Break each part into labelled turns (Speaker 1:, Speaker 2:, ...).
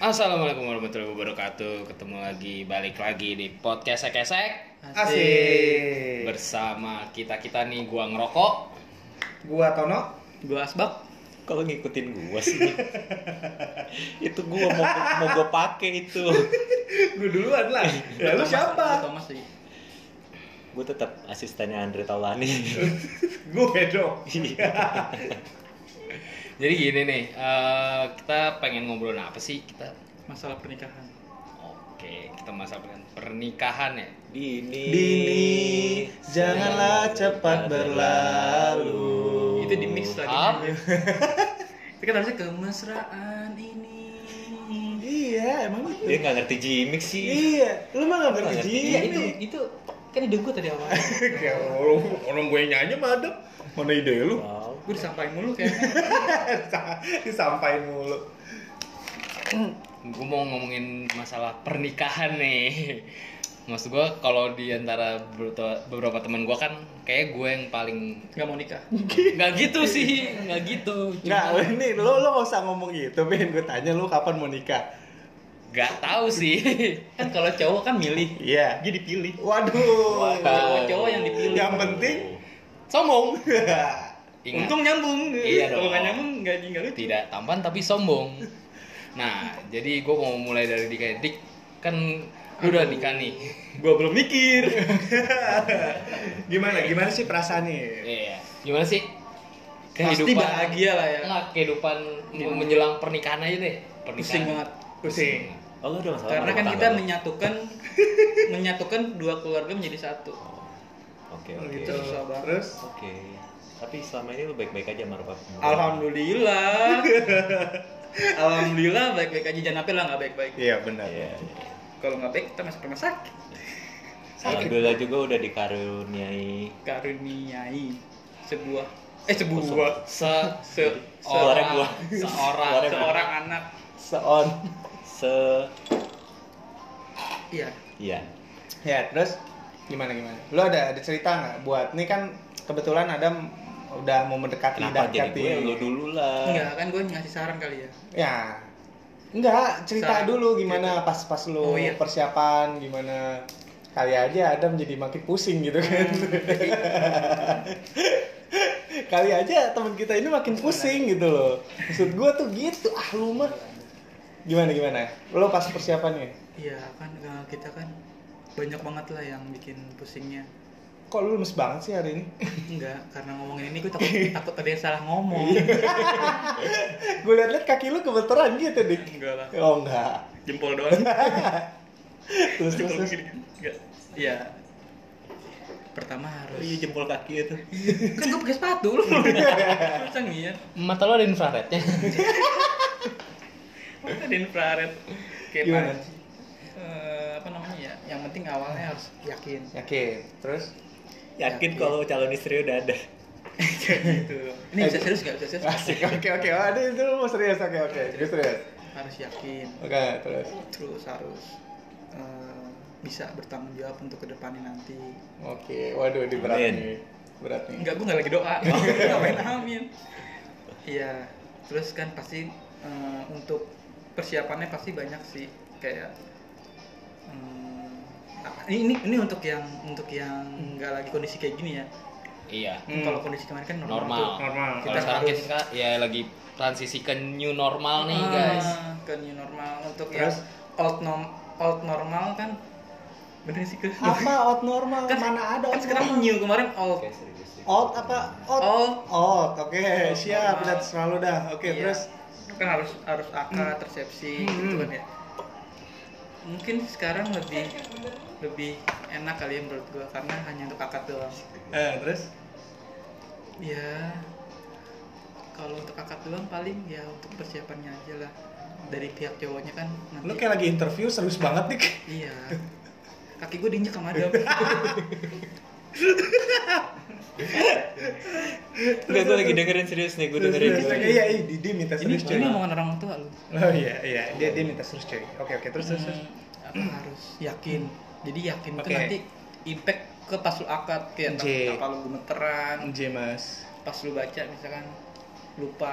Speaker 1: Assalamualaikum warahmatullahi wabarakatuh. Ketemu lagi, balik lagi di podcast Ekesek
Speaker 2: Asik.
Speaker 1: bersama kita kita nih. Gua ngerokok.
Speaker 2: Gua Tono.
Speaker 3: Gua asbak kalau ngikutin gua sih itu gua mau mau gua pakai itu
Speaker 2: Gua duluan lah. Ya lu siapa?
Speaker 3: Thomas sih gua tetap asistennya Andre Taulani
Speaker 2: Gua Bedo.
Speaker 1: Jadi gini nih, eh, kita pengen ngobrolin apa sih kita?
Speaker 4: masalah pernikahan
Speaker 1: Oke, kita masalah pernikahan- pernikahan ya.
Speaker 3: Dini
Speaker 4: Dini, janganlah cepat
Speaker 3: berlalu
Speaker 2: Oh.
Speaker 4: itu di mix lagi
Speaker 1: Hap.
Speaker 4: itu kan harusnya kemesraan ini
Speaker 2: Iya, emang
Speaker 3: dia nggak ngerti gimmick sih
Speaker 2: Iya, lu mah gak
Speaker 3: ngerti
Speaker 4: iya itu itu kan ide gue tadi awal
Speaker 2: Ya orang, orang gue nyanyi madep. Mana ide lu?
Speaker 3: Wow.
Speaker 4: gue disampaikan mulu kayaknya
Speaker 2: Disampain mulu.
Speaker 1: Gue mau ngomongin masalah pernikahan nih. Maksud gua kalau di antara beberapa- beberapa teman gua kan kayak gue yang paling
Speaker 4: nggak mau nikah
Speaker 1: nggak gitu sih, nggak gitu.
Speaker 2: Nggak,
Speaker 1: Cuma-
Speaker 2: ini lu lu gak usah ngomong gitu, Ben. Gue tanya lu kapan mau nikah.
Speaker 1: nggak tahu sih.
Speaker 4: kan kalau cowok kan milih
Speaker 2: Iya.
Speaker 4: dia dipilih
Speaker 2: Waduh.
Speaker 4: cowok cowok Oh. yang dipilih
Speaker 2: Yang penting
Speaker 1: Sombong. Ingat,
Speaker 4: untung nyambung
Speaker 1: Iya
Speaker 4: kalau
Speaker 1: dong.
Speaker 4: nggak nyambung nggak nggak lucu
Speaker 1: tidak tampan tapi sombong. Nah, jadi gue mau mulai dari Dika Dik kan lu udah nikah nih.
Speaker 4: gue belum mikir
Speaker 2: gimana? Gimana sih perasaannya?
Speaker 1: Iya. Gimana sih?
Speaker 4: pasti bahagia lah ya
Speaker 1: Nggak, kehidupan menjelang pernikahan aja deh. Pernikahan.
Speaker 4: pusing banget
Speaker 2: Pusing.
Speaker 3: oh lu udah masalah
Speaker 4: karena
Speaker 3: sama
Speaker 4: kan
Speaker 3: tetangga
Speaker 4: kita
Speaker 3: lu?
Speaker 4: menyatukan menyatukan dua keluarga menjadi satu
Speaker 3: oke oke
Speaker 2: Gitu.
Speaker 4: Susah banget.
Speaker 2: Terus
Speaker 3: oke tapi selama ini lu baik-baik aja sama Rupa
Speaker 4: Alhamdulillah. Alhamdulillah baik-baik aja jangan sampai lah nggak baik-baik.
Speaker 2: Iya, benar.
Speaker 3: Iya.
Speaker 4: Kalau nggak baik kita masuk rumah sakit.
Speaker 3: Alhamdulillah juga udah dikaruniai
Speaker 4: Karuniai sebuah eh sebuah
Speaker 1: Se
Speaker 4: se
Speaker 3: Suara
Speaker 1: seorang
Speaker 3: gua.
Speaker 1: seorang
Speaker 3: Suara gua.
Speaker 4: seorang anak.
Speaker 3: seon se
Speaker 4: Iya.
Speaker 3: iya
Speaker 2: Ya, terus gimana gimana? Lu ada ada cerita nggak buat nih kan kebetulan ada m- udah mau mendekati
Speaker 3: kenapa jadi
Speaker 2: mendekati.
Speaker 3: gue lu dulu lah
Speaker 4: Enggak kan gue ngasih saran kali ya.
Speaker 2: Ya. Enggak, cerita
Speaker 4: Saran.
Speaker 2: dulu gimana pas-pas lu
Speaker 4: Oh, iya.
Speaker 2: persiapan gimana kali aja Adam jadi makin pusing gitu kan. kali aja teman kita ini makin pusing gitu loh. Maksud gua tuh gitu, ah lu mah gimana gimana? Lu pas persiapannya
Speaker 4: Iya kan eh, kita kan banyak banget lah yang bikin pusingnya.
Speaker 2: kok lu lemes banget sih hari ini?
Speaker 4: Enggak, karena ngomongin ini gue takut takut ada yang salah ngomong.
Speaker 2: Gue liat-liat kaki lu kebetulan gitu, Dik.
Speaker 4: Enggak lah.
Speaker 2: Oh enggak.
Speaker 4: Jempol doang.
Speaker 2: terus terus terus.
Speaker 4: Enggak. Oh, Iya. Pertama harus
Speaker 3: iya jempol kaki itu
Speaker 4: kan gue pakai sepatu lu bisa ngeliat
Speaker 1: Mata lu ada infrarednya.
Speaker 4: Masa ada infrared kayak
Speaker 2: Gimana?
Speaker 4: panci. Eh, apa namanya ya yang penting awalnya harus yakin
Speaker 2: yakin terus
Speaker 3: yakin kalau calon istri udah ada
Speaker 4: gitu ini bisa serius gak bisa serius nggak?
Speaker 2: asik oke oke Oh, ada itu lu mau serius oke oke Gue serius
Speaker 4: harus yakin
Speaker 2: oke terus
Speaker 4: terus harus eh, bisa bertanggung jawab untuk kedepannya nanti
Speaker 2: oke waduh di berat
Speaker 3: Amin.
Speaker 2: nih berat nih
Speaker 4: enggak gue nggak lagi doa ngapain amin iya terus kan pasti eh, untuk persiapannya pasti banyak sih kayak eh, apa- ini ini untuk yang untuk yang nggak lagi kondisi kayak gini ya
Speaker 1: iya.
Speaker 2: Hmm.
Speaker 4: kalau kondisi kemarin kan normal, tuh.
Speaker 1: Normal.
Speaker 2: normal
Speaker 1: Kalau
Speaker 4: Kita
Speaker 1: sekarang
Speaker 4: harus-
Speaker 1: kita ya lagi transisi ke new normal nih, guys.
Speaker 4: Ah, ke new normal untuk
Speaker 2: Terus?
Speaker 4: yang old nom old normal kan bener sih ke
Speaker 2: apa out normal
Speaker 4: Kan-
Speaker 2: mana ada
Speaker 4: kan
Speaker 2: out normal?
Speaker 4: sekarang new kemarin oh, iya. old
Speaker 3: Oke, serius sih.
Speaker 2: out apa out
Speaker 4: Out.
Speaker 2: out oke siap
Speaker 4: normal.
Speaker 2: udah selalu dah oke
Speaker 4: Iya.
Speaker 2: terus
Speaker 4: kan harus harus akad resepsi
Speaker 2: Hmm,
Speaker 4: gitu
Speaker 2: hmm.
Speaker 4: kan ya mungkin sekarang lebih lebih enak kali ya menurut gua karena hanya untuk akad doang
Speaker 2: eh terus Iya.
Speaker 4: ya kalau untuk akad doang paling ya untuk persiapannya aja lah dari pihak cowoknya kan
Speaker 2: lu
Speaker 4: nanti
Speaker 2: kayak lagi interview serius banget nih
Speaker 4: iya kaki gue diinjek sama Adam
Speaker 3: Enggak, gue lagi dengerin serius nih, gue dengerin
Speaker 2: Terus,
Speaker 3: juga.
Speaker 2: terus, iya iya dia minta
Speaker 4: ini
Speaker 2: serius
Speaker 4: ini
Speaker 2: cuy
Speaker 4: omongan orang tua lu
Speaker 2: oh iya iya dia dia minta serius cuy oke oke terus terus terus
Speaker 4: Hmm, apa harus yakin jadi
Speaker 2: ya?
Speaker 4: yakin
Speaker 2: Oke.
Speaker 4: itu nanti impact ke pas lu akad kayak entah
Speaker 2: Anjing.
Speaker 4: apa lu gemeteran
Speaker 2: J mas
Speaker 4: pas lu baca misalkan lupa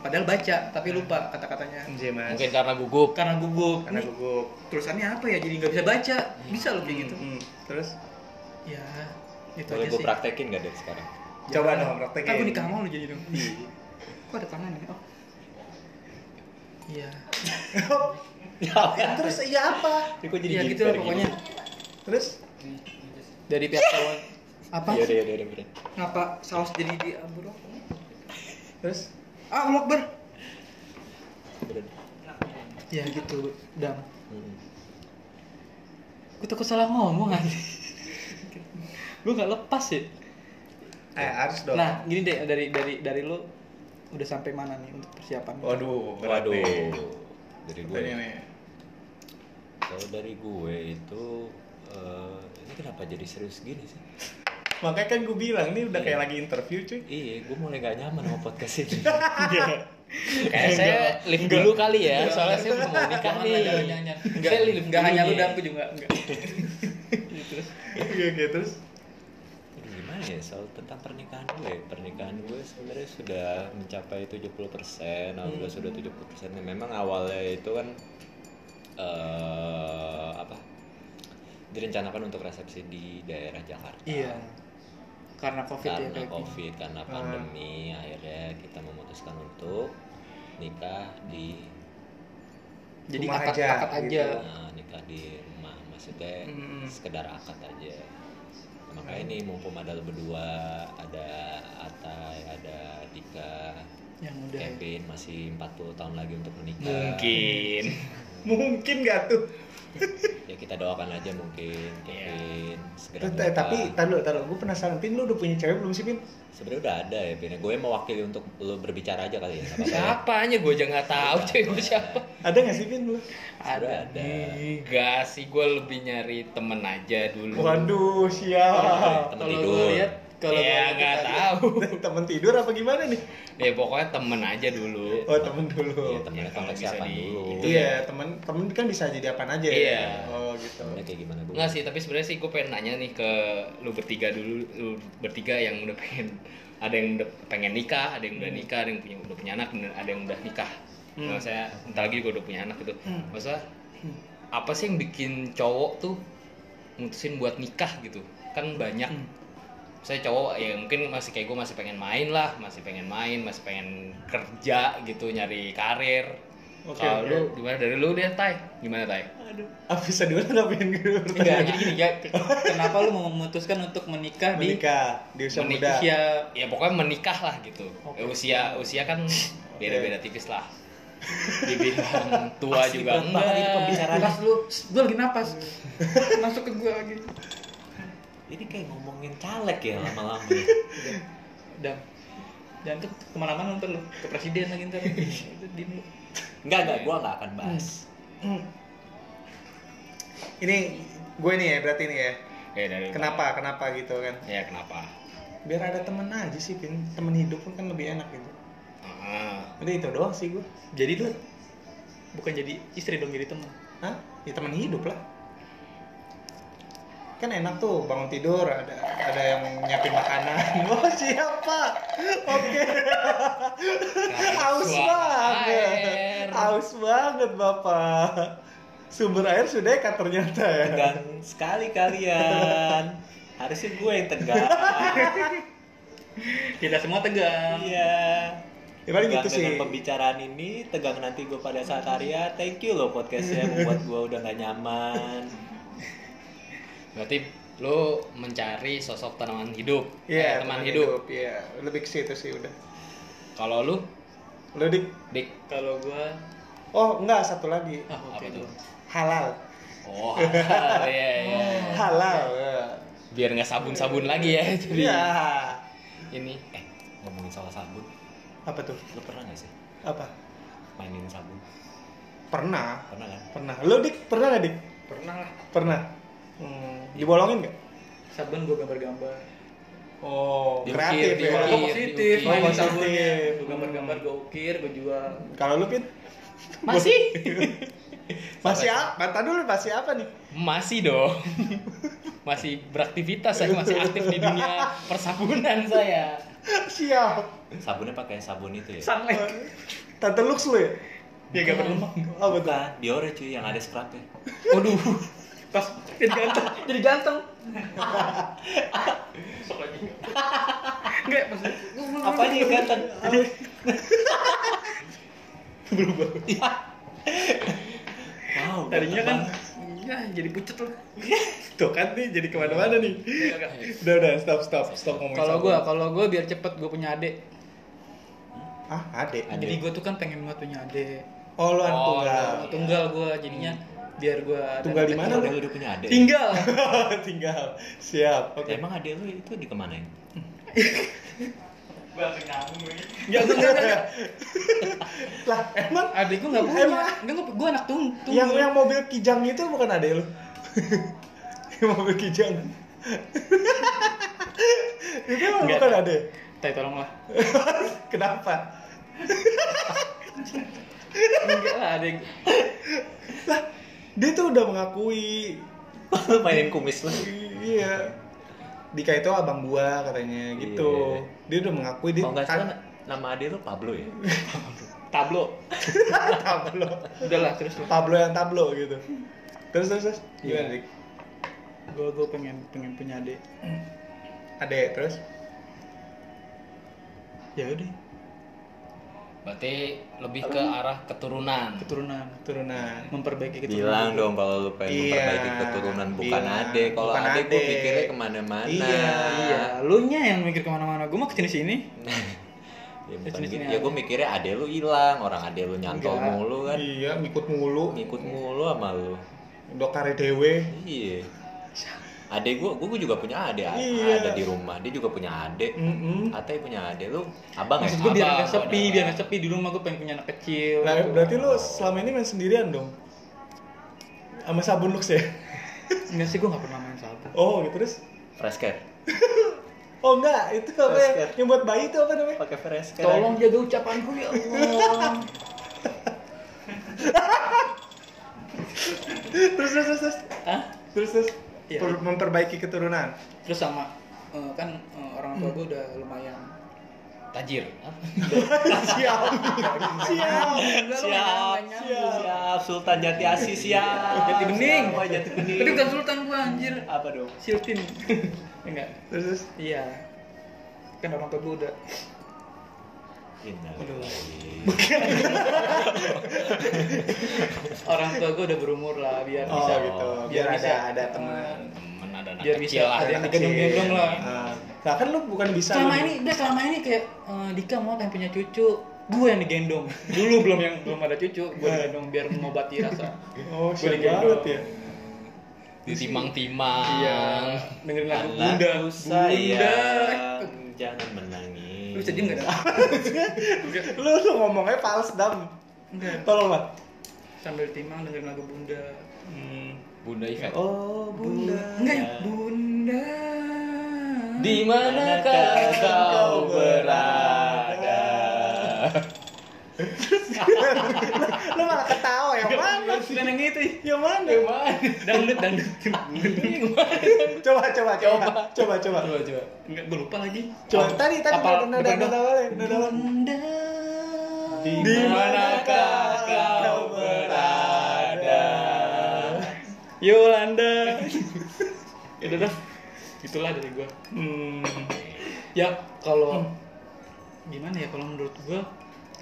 Speaker 4: padahal baca tapi lupa kata-katanya
Speaker 2: Anjay, Mas.
Speaker 1: Mungkin karena gugup.
Speaker 4: karena gugup
Speaker 2: karena
Speaker 4: Nih,
Speaker 2: gugup.
Speaker 4: tulisannya apa ya jadi nggak bisa baca bisa loh kayak gitu
Speaker 2: Hmm. Terus
Speaker 4: ya itu
Speaker 3: Boleh
Speaker 4: aja
Speaker 3: gue
Speaker 4: sih
Speaker 3: praktekin gak deh sekarang?
Speaker 4: Jangan.
Speaker 2: coba dong praktekin.
Speaker 4: kan gue nikah sama lu jadi dong kok ada tangan ya oh iya
Speaker 2: Ya, terus iya apa?
Speaker 3: Ini kok jadi
Speaker 4: iya
Speaker 3: jiper
Speaker 4: gitu lah pokoknya
Speaker 2: Terus
Speaker 4: dari pihak kawan apa
Speaker 3: Iya udah, udah, udah, bener.
Speaker 4: ngapa saus jadi di abur
Speaker 2: terus
Speaker 4: ah lokber
Speaker 3: Bener.
Speaker 4: ya gitu dam
Speaker 3: Hmm.
Speaker 4: gue takut salah ngomong aja gue nggak lepas ya
Speaker 2: eh harus dong.
Speaker 4: nah gini deh dari dari dari lu udah sampai mana nih untuk persiapan
Speaker 2: Waduh, berat
Speaker 3: Waduh.
Speaker 2: nih.
Speaker 3: Dari gue.
Speaker 2: Pertanyaan nih.
Speaker 3: Kalau dari gue itu eh, ini kenapa jadi serius gini sih?
Speaker 2: Makanya kan gue bilang nih udah kayak
Speaker 3: Iya.
Speaker 2: lagi interview cuy.
Speaker 3: Iya, gue mulai gak nyaman sama podcast ini.
Speaker 1: Kayak saya lift dulu kali ya, soalnya saya belum mau nikah
Speaker 4: Jangan,
Speaker 1: nih.
Speaker 4: Iya, jangan, jangan, jangan.
Speaker 1: Saya lift
Speaker 4: Nggak
Speaker 1: dulu
Speaker 4: hanya lu
Speaker 1: nih.
Speaker 4: dan aku juga enggak
Speaker 2: Iya gitu terus.
Speaker 3: Aduh, gimana ya soal tentang pernikahan gue ya? pernikahan gue sebenarnya sudah mencapai 70 persen alhamdulillah sudah
Speaker 4: Hmm.
Speaker 3: 70 persen memang awalnya itu kan eh apa direncanakan untuk resepsi di daerah Jakarta
Speaker 4: iya karena covid ya
Speaker 3: karena
Speaker 4: kayak gini.
Speaker 3: covid karena pandemi akhirnya kita memutuskan untuk nikah di
Speaker 4: jadi
Speaker 2: Rumah
Speaker 4: akad
Speaker 2: aja,
Speaker 4: akad aja
Speaker 2: gitu.
Speaker 3: Nah, nikah di rumah maksudnya
Speaker 4: Hmm.
Speaker 2: Mm-mm.
Speaker 3: sekedar akad aja makanya ini mumpung ada lu berdua ada Atai ada Dika
Speaker 4: yang udah
Speaker 3: Kevin masih 40 tahun lagi untuk menikah
Speaker 1: Mungkin.
Speaker 2: Mungkin gak tuh.
Speaker 3: ya kita doakan aja mungkin Kevin segera
Speaker 2: Tuh, eh,
Speaker 3: menikah.
Speaker 2: tapi taruh taruh gue penasaran pin lu udah punya cewek belum sih pin?
Speaker 3: sebenarnya udah ada ya Pin gue mewakili untuk lu berbicara aja kali ya sama saya
Speaker 1: Siapanya gue aja nggak tahu cuy gue siapa.
Speaker 2: Ada gak sih pin lu?
Speaker 3: Sudah
Speaker 4: ada
Speaker 3: ada.
Speaker 1: Enggak sih, gue lebih nyari temen aja dulu.
Speaker 2: Waduh siap.
Speaker 3: teman
Speaker 4: kalau
Speaker 3: tidur Iya,
Speaker 4: lu lihat kalau
Speaker 1: ya
Speaker 4: lu
Speaker 1: nggak tahu.
Speaker 2: Temen tidur apa gimana nih?
Speaker 1: Ya pokoknya temen aja dulu.
Speaker 2: Oh temen
Speaker 3: Iya,
Speaker 2: dulu.
Speaker 3: temennya
Speaker 1: Ya, kalau
Speaker 3: konteks
Speaker 1: bisa
Speaker 3: siapa
Speaker 1: di-
Speaker 3: dulu
Speaker 1: itu
Speaker 2: Iya temen temen kan bisa jadi apaan aja. ya?
Speaker 1: Iya.
Speaker 2: Oh gitu.
Speaker 3: temennya kayak gimana gue
Speaker 1: Enggak sih, tapi sebenarnya sih gue pengen nanya nih ke lu bertiga dulu, lu bertiga yang udah pengen ada yang udah pengen nikah, ada yang udah nikah, ada yang punya udah punya anak, dan ada yang udah nikah.
Speaker 2: Hmm.
Speaker 1: Maksudnya saya entar lagi gue udah punya anak gitu.
Speaker 2: Hmm.
Speaker 1: Maksudnya apa sih yang bikin cowok tuh mutusin buat nikah gitu? Kan banyak.
Speaker 4: Hmm.
Speaker 1: Saya cowok ya mungkin masih kayak gue masih pengen main lah, masih pengen main, masih pengen kerja gitu, nyari karir.
Speaker 2: Oke,
Speaker 1: Kalau
Speaker 2: oke.
Speaker 1: lu gimana dari lu deh, Tai? Gimana, Tai?
Speaker 2: Aduh. Apa bisa diulang apa yang gue
Speaker 1: Iya,
Speaker 4: Enggak,
Speaker 2: bertanya?
Speaker 4: jadi gini ya kenapa lu memutuskan untuk menikah di
Speaker 2: Menikah di usia
Speaker 1: Menikah.
Speaker 2: muda.
Speaker 4: usia
Speaker 1: ya pokoknya menikah lah gitu
Speaker 4: Oke.
Speaker 1: Ya, usia usia kan beda beda tipis lah dibilang tua
Speaker 3: Asli
Speaker 1: juga
Speaker 3: berat banget ini
Speaker 1: enggak
Speaker 3: pembicaraan.
Speaker 4: nafas lu gue lagi nafas masuk ke gue lagi
Speaker 3: ini kayak ngomongin caleg ya lama-lama ya.
Speaker 4: dam jangan ke kemana-mana ntar lu ke presiden lagi ntar Itu di
Speaker 3: enggak enggak gue nggak akan bahas
Speaker 2: Ini gue nih ya berarti nih ya.
Speaker 1: ya, dari
Speaker 2: Kenapa kenapa gitu kan?
Speaker 1: ya kenapa
Speaker 2: Biar ada temen aja sih pin. Temen hidup pun kan lebih enak gitu.
Speaker 1: Ah,
Speaker 2: Udah itu doang sih gue.
Speaker 4: jadi lu bukan jadi istri dong jadi teman
Speaker 2: Hah? Ya teman hidup lah. Kan enak tuh bangun tidur ada ada yang nyiapin makanan. Oh siapa? Oke. Haus
Speaker 1: Suara air.
Speaker 2: banget. Haus banget Bapak. Sumber air sudah ya, ternyata ya.
Speaker 1: Iya,
Speaker 3: tegang sekali kalian harusnya gue yang tegang
Speaker 4: kita semua tegang
Speaker 3: iya
Speaker 2: Ya paling
Speaker 3: Tegang
Speaker 2: gitu sih.
Speaker 3: dengan pembicaraan ini tegang nanti gue pada saat Arya thank you loh podcastnya membuat gue udah gak nyaman
Speaker 1: berarti lo mencari sosok tanaman hidup
Speaker 2: Iya,
Speaker 1: Eh, teman hidup,
Speaker 2: Iya, lebih ke situ sih udah.
Speaker 1: kalau lu
Speaker 2: Lu dik.
Speaker 1: dik
Speaker 4: kalau gua
Speaker 2: Oh, enggak satu lagi.
Speaker 4: ah oke
Speaker 1: Apa tuh?
Speaker 4: tuh
Speaker 2: Halal.
Speaker 1: oh halal, ya, ya.
Speaker 2: Halal. ya.
Speaker 1: biar nggak sabun sabun lagi ya jadi
Speaker 2: Iya.
Speaker 1: ini
Speaker 3: eh ngomongin soal sabun
Speaker 2: Apa tuh?
Speaker 3: lo pernah gak sih
Speaker 2: Apa?
Speaker 3: mainin sabun
Speaker 2: Pernah.
Speaker 3: pernah kan
Speaker 2: Pernah. Lu dik, pernah gak dik?
Speaker 4: pernah lah
Speaker 2: Pernah. Hmm, dibolongin nggak?
Speaker 4: sabun gua gambar-gambar
Speaker 2: Oh,
Speaker 1: Diukir,
Speaker 2: kreatif ya.
Speaker 1: diukir.
Speaker 4: gua positif
Speaker 1: diukir.
Speaker 4: mainin
Speaker 2: Positif.
Speaker 4: sabunnya gua
Speaker 2: Hmm.
Speaker 4: gambar-gambar gua ukir gua jual
Speaker 2: Kalau lu pin
Speaker 1: masih
Speaker 2: masih apa? Tadi dulu masih apa nih?
Speaker 1: masih dong masih beraktivitas saya masih aktif di dunia persabunan saya
Speaker 2: Siap.
Speaker 3: sabunnya pakai sabun itu ya
Speaker 4: Sunlight.
Speaker 2: Tante Lux lu ya?
Speaker 4: Dia gak berlemak.
Speaker 2: Oh, betul.
Speaker 3: Bukan, Dior ya, cuy yang ada scrubnya
Speaker 4: Waduh. Pas jadi ganteng, jadi ganteng. Enggak, pas
Speaker 2: Oh.
Speaker 3: apanya yang ganteng
Speaker 4: berubah.
Speaker 3: Iya. wow
Speaker 4: Tadinya
Speaker 3: ganteng
Speaker 4: kan
Speaker 3: banget.
Speaker 4: ya jadi pucet loh.
Speaker 2: Tuh kan nih jadi kemana-mana nih. Udah udah stop stop stop ngomongin.
Speaker 4: Kalau
Speaker 2: sabun.
Speaker 4: gue, kalau gue biar cepet gue punya adik.
Speaker 2: ah adek.
Speaker 3: Adek.
Speaker 4: Jadi gue tuh kan pengen banget punya adik.
Speaker 2: Oh lu anak
Speaker 1: Oh,
Speaker 2: tunggal.
Speaker 1: lu
Speaker 4: Tunggal gue jadinya biar gue
Speaker 2: Tunggal di mana
Speaker 3: Kalau
Speaker 2: lu?
Speaker 3: dulu dia punya adek
Speaker 4: Tinggal.
Speaker 2: Tinggal. Siap. Oke.
Speaker 3: emang adek lu itu dikemanain
Speaker 4: Enggak, enggak, enggak, enggak.
Speaker 2: Lah emang
Speaker 4: Adik gue nggak punya.
Speaker 2: Emang?
Speaker 4: Enggak, gue anak tung tunggal.
Speaker 2: yang yang mobil kijang itu bukan adek lu. yang mobil kijang. itu emang
Speaker 4: Enggak.
Speaker 2: bukan adek.
Speaker 4: Tai tolonglah.
Speaker 2: Kenapa?
Speaker 4: Enggak lah adik.
Speaker 2: Lah dia tuh udah mengakui
Speaker 3: mainin kumis lu
Speaker 2: iya Dika itu abang gua katanya gitu dia udah mengakui dia
Speaker 3: kalau nggak
Speaker 2: kan-
Speaker 3: salah nama adek lu Pablo ya
Speaker 4: Tablo.
Speaker 2: tablo
Speaker 4: Udahlah terus lah.
Speaker 2: tablo yang tablo gitu terus terus, terus. gimana
Speaker 4: Iya.
Speaker 2: dik
Speaker 4: Gue gue pengen pengen punya adik.
Speaker 2: ada terus
Speaker 4: Ya udah.
Speaker 1: Berarti lebih ke arah keturunan.
Speaker 4: Keturunan.
Speaker 2: turunan
Speaker 4: Memperbaiki keturunan.
Speaker 3: bilang dong kalau lu pengen
Speaker 2: Iya,
Speaker 3: memperbaiki keturunan bukan
Speaker 2: bilang.
Speaker 3: adek kalau
Speaker 2: Bukan
Speaker 3: adek gue
Speaker 2: adek.
Speaker 3: pikirnya kemana-mana
Speaker 2: Iya,
Speaker 4: Iya. Lu nya yang mikir kemana-mana. Gue mah kesini sini.
Speaker 3: ya, bukan
Speaker 4: Jenis
Speaker 3: gitu.
Speaker 4: ini
Speaker 3: ya
Speaker 4: ada.
Speaker 3: gue mikirnya adek lu hilang orang adek lu nyantol
Speaker 4: Enggak.
Speaker 3: mulu kan
Speaker 2: iya ngikut mulu E
Speaker 3: ngikut mulu sama lu
Speaker 2: udah kare dewe
Speaker 3: iya adek gue gue juga punya adek A-
Speaker 2: Iya. Mm.
Speaker 3: ada di rumah dia juga punya adek
Speaker 2: Mm-mm.
Speaker 3: Ate punya adek lu abang ya
Speaker 4: Maksud gue biar
Speaker 1: Abang,
Speaker 4: nggak sepi,
Speaker 1: abang.
Speaker 4: biar nggak sepi di rumah gue pengen punya anak kecil.
Speaker 2: Nah, berarti lu selama ini main sendirian dong sama sabun lux ya
Speaker 4: Enggak sih gue nggak pernah main sabu.
Speaker 2: oh gitu terus
Speaker 3: fresh care
Speaker 2: oh enggak itu apa ya?
Speaker 3: Basket.
Speaker 2: yang buat bayi itu apa namanya
Speaker 3: pakai fresh care
Speaker 4: Tolong jaga ucapanku ya Allah.
Speaker 2: terus terus terus terus
Speaker 4: Hah?
Speaker 2: terus, terus.
Speaker 4: Iya.
Speaker 2: Per- memperbaiki keturunan
Speaker 4: Terus sama eh, kan eh, orang tua gue udah lumayan.
Speaker 1: Tajir.
Speaker 2: siap siap
Speaker 3: siap siap siap Sultan Jati Asi siap
Speaker 4: Jati Bening.
Speaker 3: Siap, Jati Bening
Speaker 4: Tapi bukan sultan gue anjir.
Speaker 3: apa dong
Speaker 4: Siltin. Enggak.
Speaker 2: terus terus
Speaker 4: Iya. Kan orang tua gue udah.
Speaker 3: Innalillahi.
Speaker 4: Orang tua gue udah berumur lah biar
Speaker 2: oh
Speaker 4: bisa.
Speaker 2: gitu biar,
Speaker 4: Biar
Speaker 2: ada
Speaker 4: bisa.
Speaker 2: ada teman
Speaker 1: Temen ada anak
Speaker 4: Biar
Speaker 1: kecil
Speaker 4: bisa
Speaker 1: lah.
Speaker 4: ada yang
Speaker 2: Anak
Speaker 4: digendong-gendong
Speaker 2: kecil.
Speaker 4: lah.
Speaker 2: Ah. nah kan lu bukan bisa
Speaker 4: Selama
Speaker 2: lu-
Speaker 4: ini, udah selama ini kayak eh, Dika mau pengen punya cucu, gue yang digendong. Dulu belum yang belum ada cucu, gue
Speaker 2: Iya.
Speaker 4: digendong biar mengobati rasa.
Speaker 2: oh
Speaker 4: Gua
Speaker 2: siap
Speaker 4: digendong.
Speaker 2: banget ya
Speaker 1: Ditimang-timang.
Speaker 4: Iya. Dengerin lagu Bunda. iya.
Speaker 3: Anakku sayang jangan menangis
Speaker 4: Lu sedih nggak? Dam?
Speaker 2: lu lu ngomongnya fals dam
Speaker 4: Enggak.
Speaker 2: tolong lah
Speaker 4: Sambil timang dengerin lagu Bunda.
Speaker 1: Hmm. Bunda Ivet.
Speaker 2: oh bunda
Speaker 4: Enggak ya? Bunda.
Speaker 1: Di manakah kau berada?
Speaker 2: lu malah ketawa yang mana
Speaker 4: Bukan yang itu.
Speaker 2: yang mana
Speaker 4: Dangdut dangdut.
Speaker 2: coba coba coba coba coba
Speaker 1: Coba coba.
Speaker 4: Enggak gue lupa lagi.
Speaker 2: coba tadi tadi
Speaker 4: Apa-
Speaker 2: nada nada nada awalnya, nada awalnya.
Speaker 4: Bunda.
Speaker 2: Di manakah kau berada?
Speaker 4: Yolanda. ya udah dah. Itulah dari gua.
Speaker 2: Hmm.
Speaker 4: Ya kalau gimana ya kalau menurut gua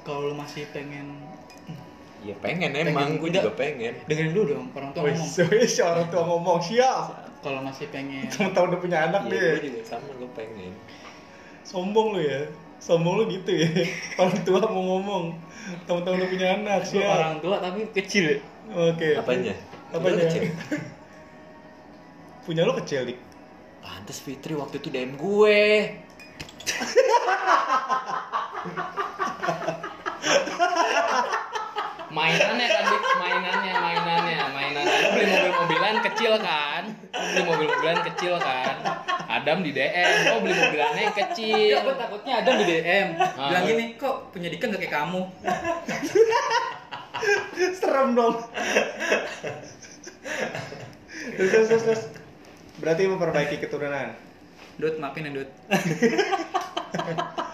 Speaker 4: kalau lu masih pengen
Speaker 3: ya pengen emang gue juga pengen
Speaker 4: dengerin dulu dong orang tua
Speaker 2: Wih,
Speaker 4: ngomong
Speaker 2: wih, si orang tua ngomong siap.
Speaker 4: kalau masih pengen
Speaker 2: Tahu-tahu udah punya anak
Speaker 3: Iya,
Speaker 2: dia.
Speaker 3: gue juga sama gue pengen
Speaker 2: Sombong lu ya. Sombong lu gitu ya. Orang tua mau ngomong. Tahu-tahu udah punya anak
Speaker 4: Lu
Speaker 2: siap.
Speaker 4: orang tua tapi kecil ya?
Speaker 2: Oke.
Speaker 3: apanya
Speaker 2: Apanya?
Speaker 3: Lu kecil
Speaker 2: Punya lu kecil dik.
Speaker 3: pantes Fitri waktu itu DM gue
Speaker 1: Mainannya kan Dik, mainannya, mainannya, mainannya. Lu beli mobil-mobilan kecil kan? Lu beli mobil-mobilan kecil kan? Adam di DM, oh beli mobilannya yang kecil.
Speaker 4: Iya, gue takutnya ada di DM
Speaker 1: Ah.
Speaker 4: bilang gini, kok punya Dika nggak kayak kamu?
Speaker 2: Serem dong. terus, terus, terus, terus. Berarti memperbaiki keturunan.
Speaker 4: Dut, maafin ya Dut.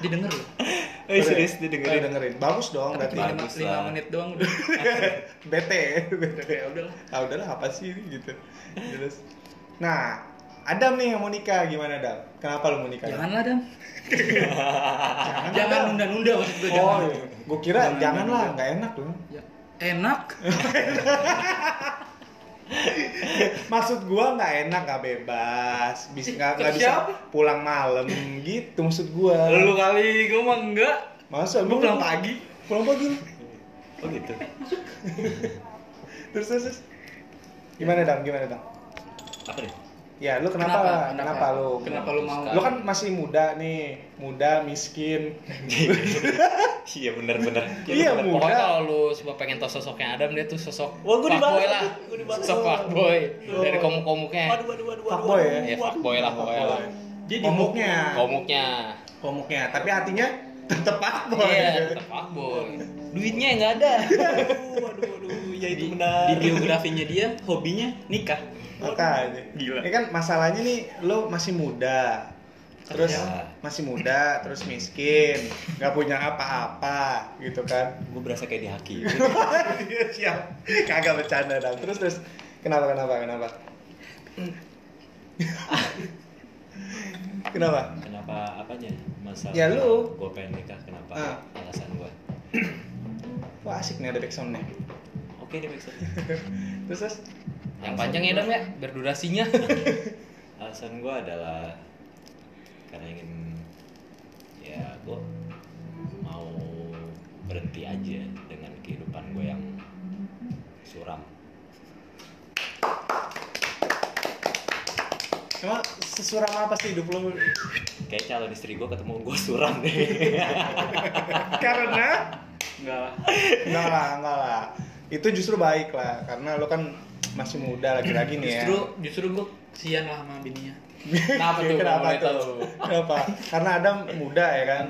Speaker 4: didengar loh
Speaker 3: Eh serius didengerin.
Speaker 2: dengerin. Bagus dong
Speaker 4: tapi
Speaker 2: berarti.
Speaker 4: cuma lima,
Speaker 3: bagus
Speaker 4: lima
Speaker 3: lah.
Speaker 4: menit doang udah
Speaker 2: Bete.
Speaker 4: udah kayak udah lah
Speaker 2: ah udahlah apa sih ini gitu. Jelas. Nah, Adam nih yang mau nikah gimana Adam? Kenapa lu mau nikah?
Speaker 4: janganlah dam
Speaker 2: Adam?
Speaker 4: jangan nunda-nunda maksud gue
Speaker 2: Oh,
Speaker 4: jangan
Speaker 2: iya. gua kira
Speaker 4: Jangan,
Speaker 2: janganlah,
Speaker 4: jangan.
Speaker 2: nggak enak dong.
Speaker 4: Ya, enak
Speaker 2: Maksud gua nggak enak, nggak bebas, bisa nggak nggak bisa
Speaker 4: Siapa?
Speaker 2: pulang malam gitu maksud gua.
Speaker 4: lu kali gue mah enggak
Speaker 2: Masa
Speaker 4: gue pulang pagi
Speaker 2: Pulang pagi.
Speaker 3: Oh gitu.
Speaker 2: Terus terus. terus. Gimana Dam? Gimana Dam?
Speaker 3: Apa deh?
Speaker 2: Ya, lu kenapa? Kenapa, lu?
Speaker 4: kenapa lu mau
Speaker 2: Lu kan masih muda nih, muda, miskin.
Speaker 3: Iya benar-benar.
Speaker 2: Iya,
Speaker 3: benar.
Speaker 2: Muda.
Speaker 1: Pokoknya kalau lu coba pengen tau sosoknya Adam dia tuh sosok
Speaker 3: Wah, gua
Speaker 1: fuckboy
Speaker 3: dibales,
Speaker 1: lah.
Speaker 3: gua dibales.
Speaker 1: Sosok fuckboy dari komuk-komuknya.
Speaker 3: Waduh, waduh, waduh, waduh.
Speaker 2: Fuckboy ya?
Speaker 1: Ya fuckboy lah pokoknya. lah.
Speaker 4: jadi
Speaker 2: Komuknya.
Speaker 1: Komuknya.
Speaker 2: Komuknya, tapi hatinya tetep apa?
Speaker 1: Iya, tetap fuckboy. Duitnya nggak ada.
Speaker 3: Waduh, waduh, ya itu
Speaker 4: di,
Speaker 3: benar.
Speaker 4: di biografinya dia hobinya nikah
Speaker 2: Makanya.
Speaker 4: Gila.
Speaker 2: Ini kan masalahnya nih lu masih muda. Terus
Speaker 3: Iya.
Speaker 2: masih muda, terus miskin, nggak punya apa-apa gitu kan.
Speaker 3: Gue berasa kayak di haki.
Speaker 2: Iya, Siap. Kagak bercanda dan terus terus kenapa kenapa kenapa? kenapa?
Speaker 3: Kenapa apanya? Masalah.
Speaker 2: Ya, lu.
Speaker 3: Gue pengen nikah kenapa?
Speaker 2: Ah.
Speaker 3: Alasan gue.
Speaker 2: Wah asik nih ada backsound nih.
Speaker 3: Oke deh maksudnya.
Speaker 2: Terus terus
Speaker 1: Yang panjang ya Adam ya, berdurasinya.
Speaker 3: Alasan gue adalah karena ingin ya gue mau berhenti aja dengan kehidupan gue yang suram.
Speaker 2: emang sesuram apa sih hidup lu?
Speaker 3: Kayak calon istri gue ketemu gue suram deh.
Speaker 2: Karena
Speaker 4: enggak lah
Speaker 2: enggak lah enggak lah itu justru baik lah karena lo kan masih muda lagi-lagi nih ya
Speaker 4: justru justru gue kesian lah sama bininya
Speaker 1: Kenapa tuh?
Speaker 2: kenapa
Speaker 1: Boleh
Speaker 2: tuh
Speaker 1: tahu.
Speaker 2: kenapa karena Adam muda ya kan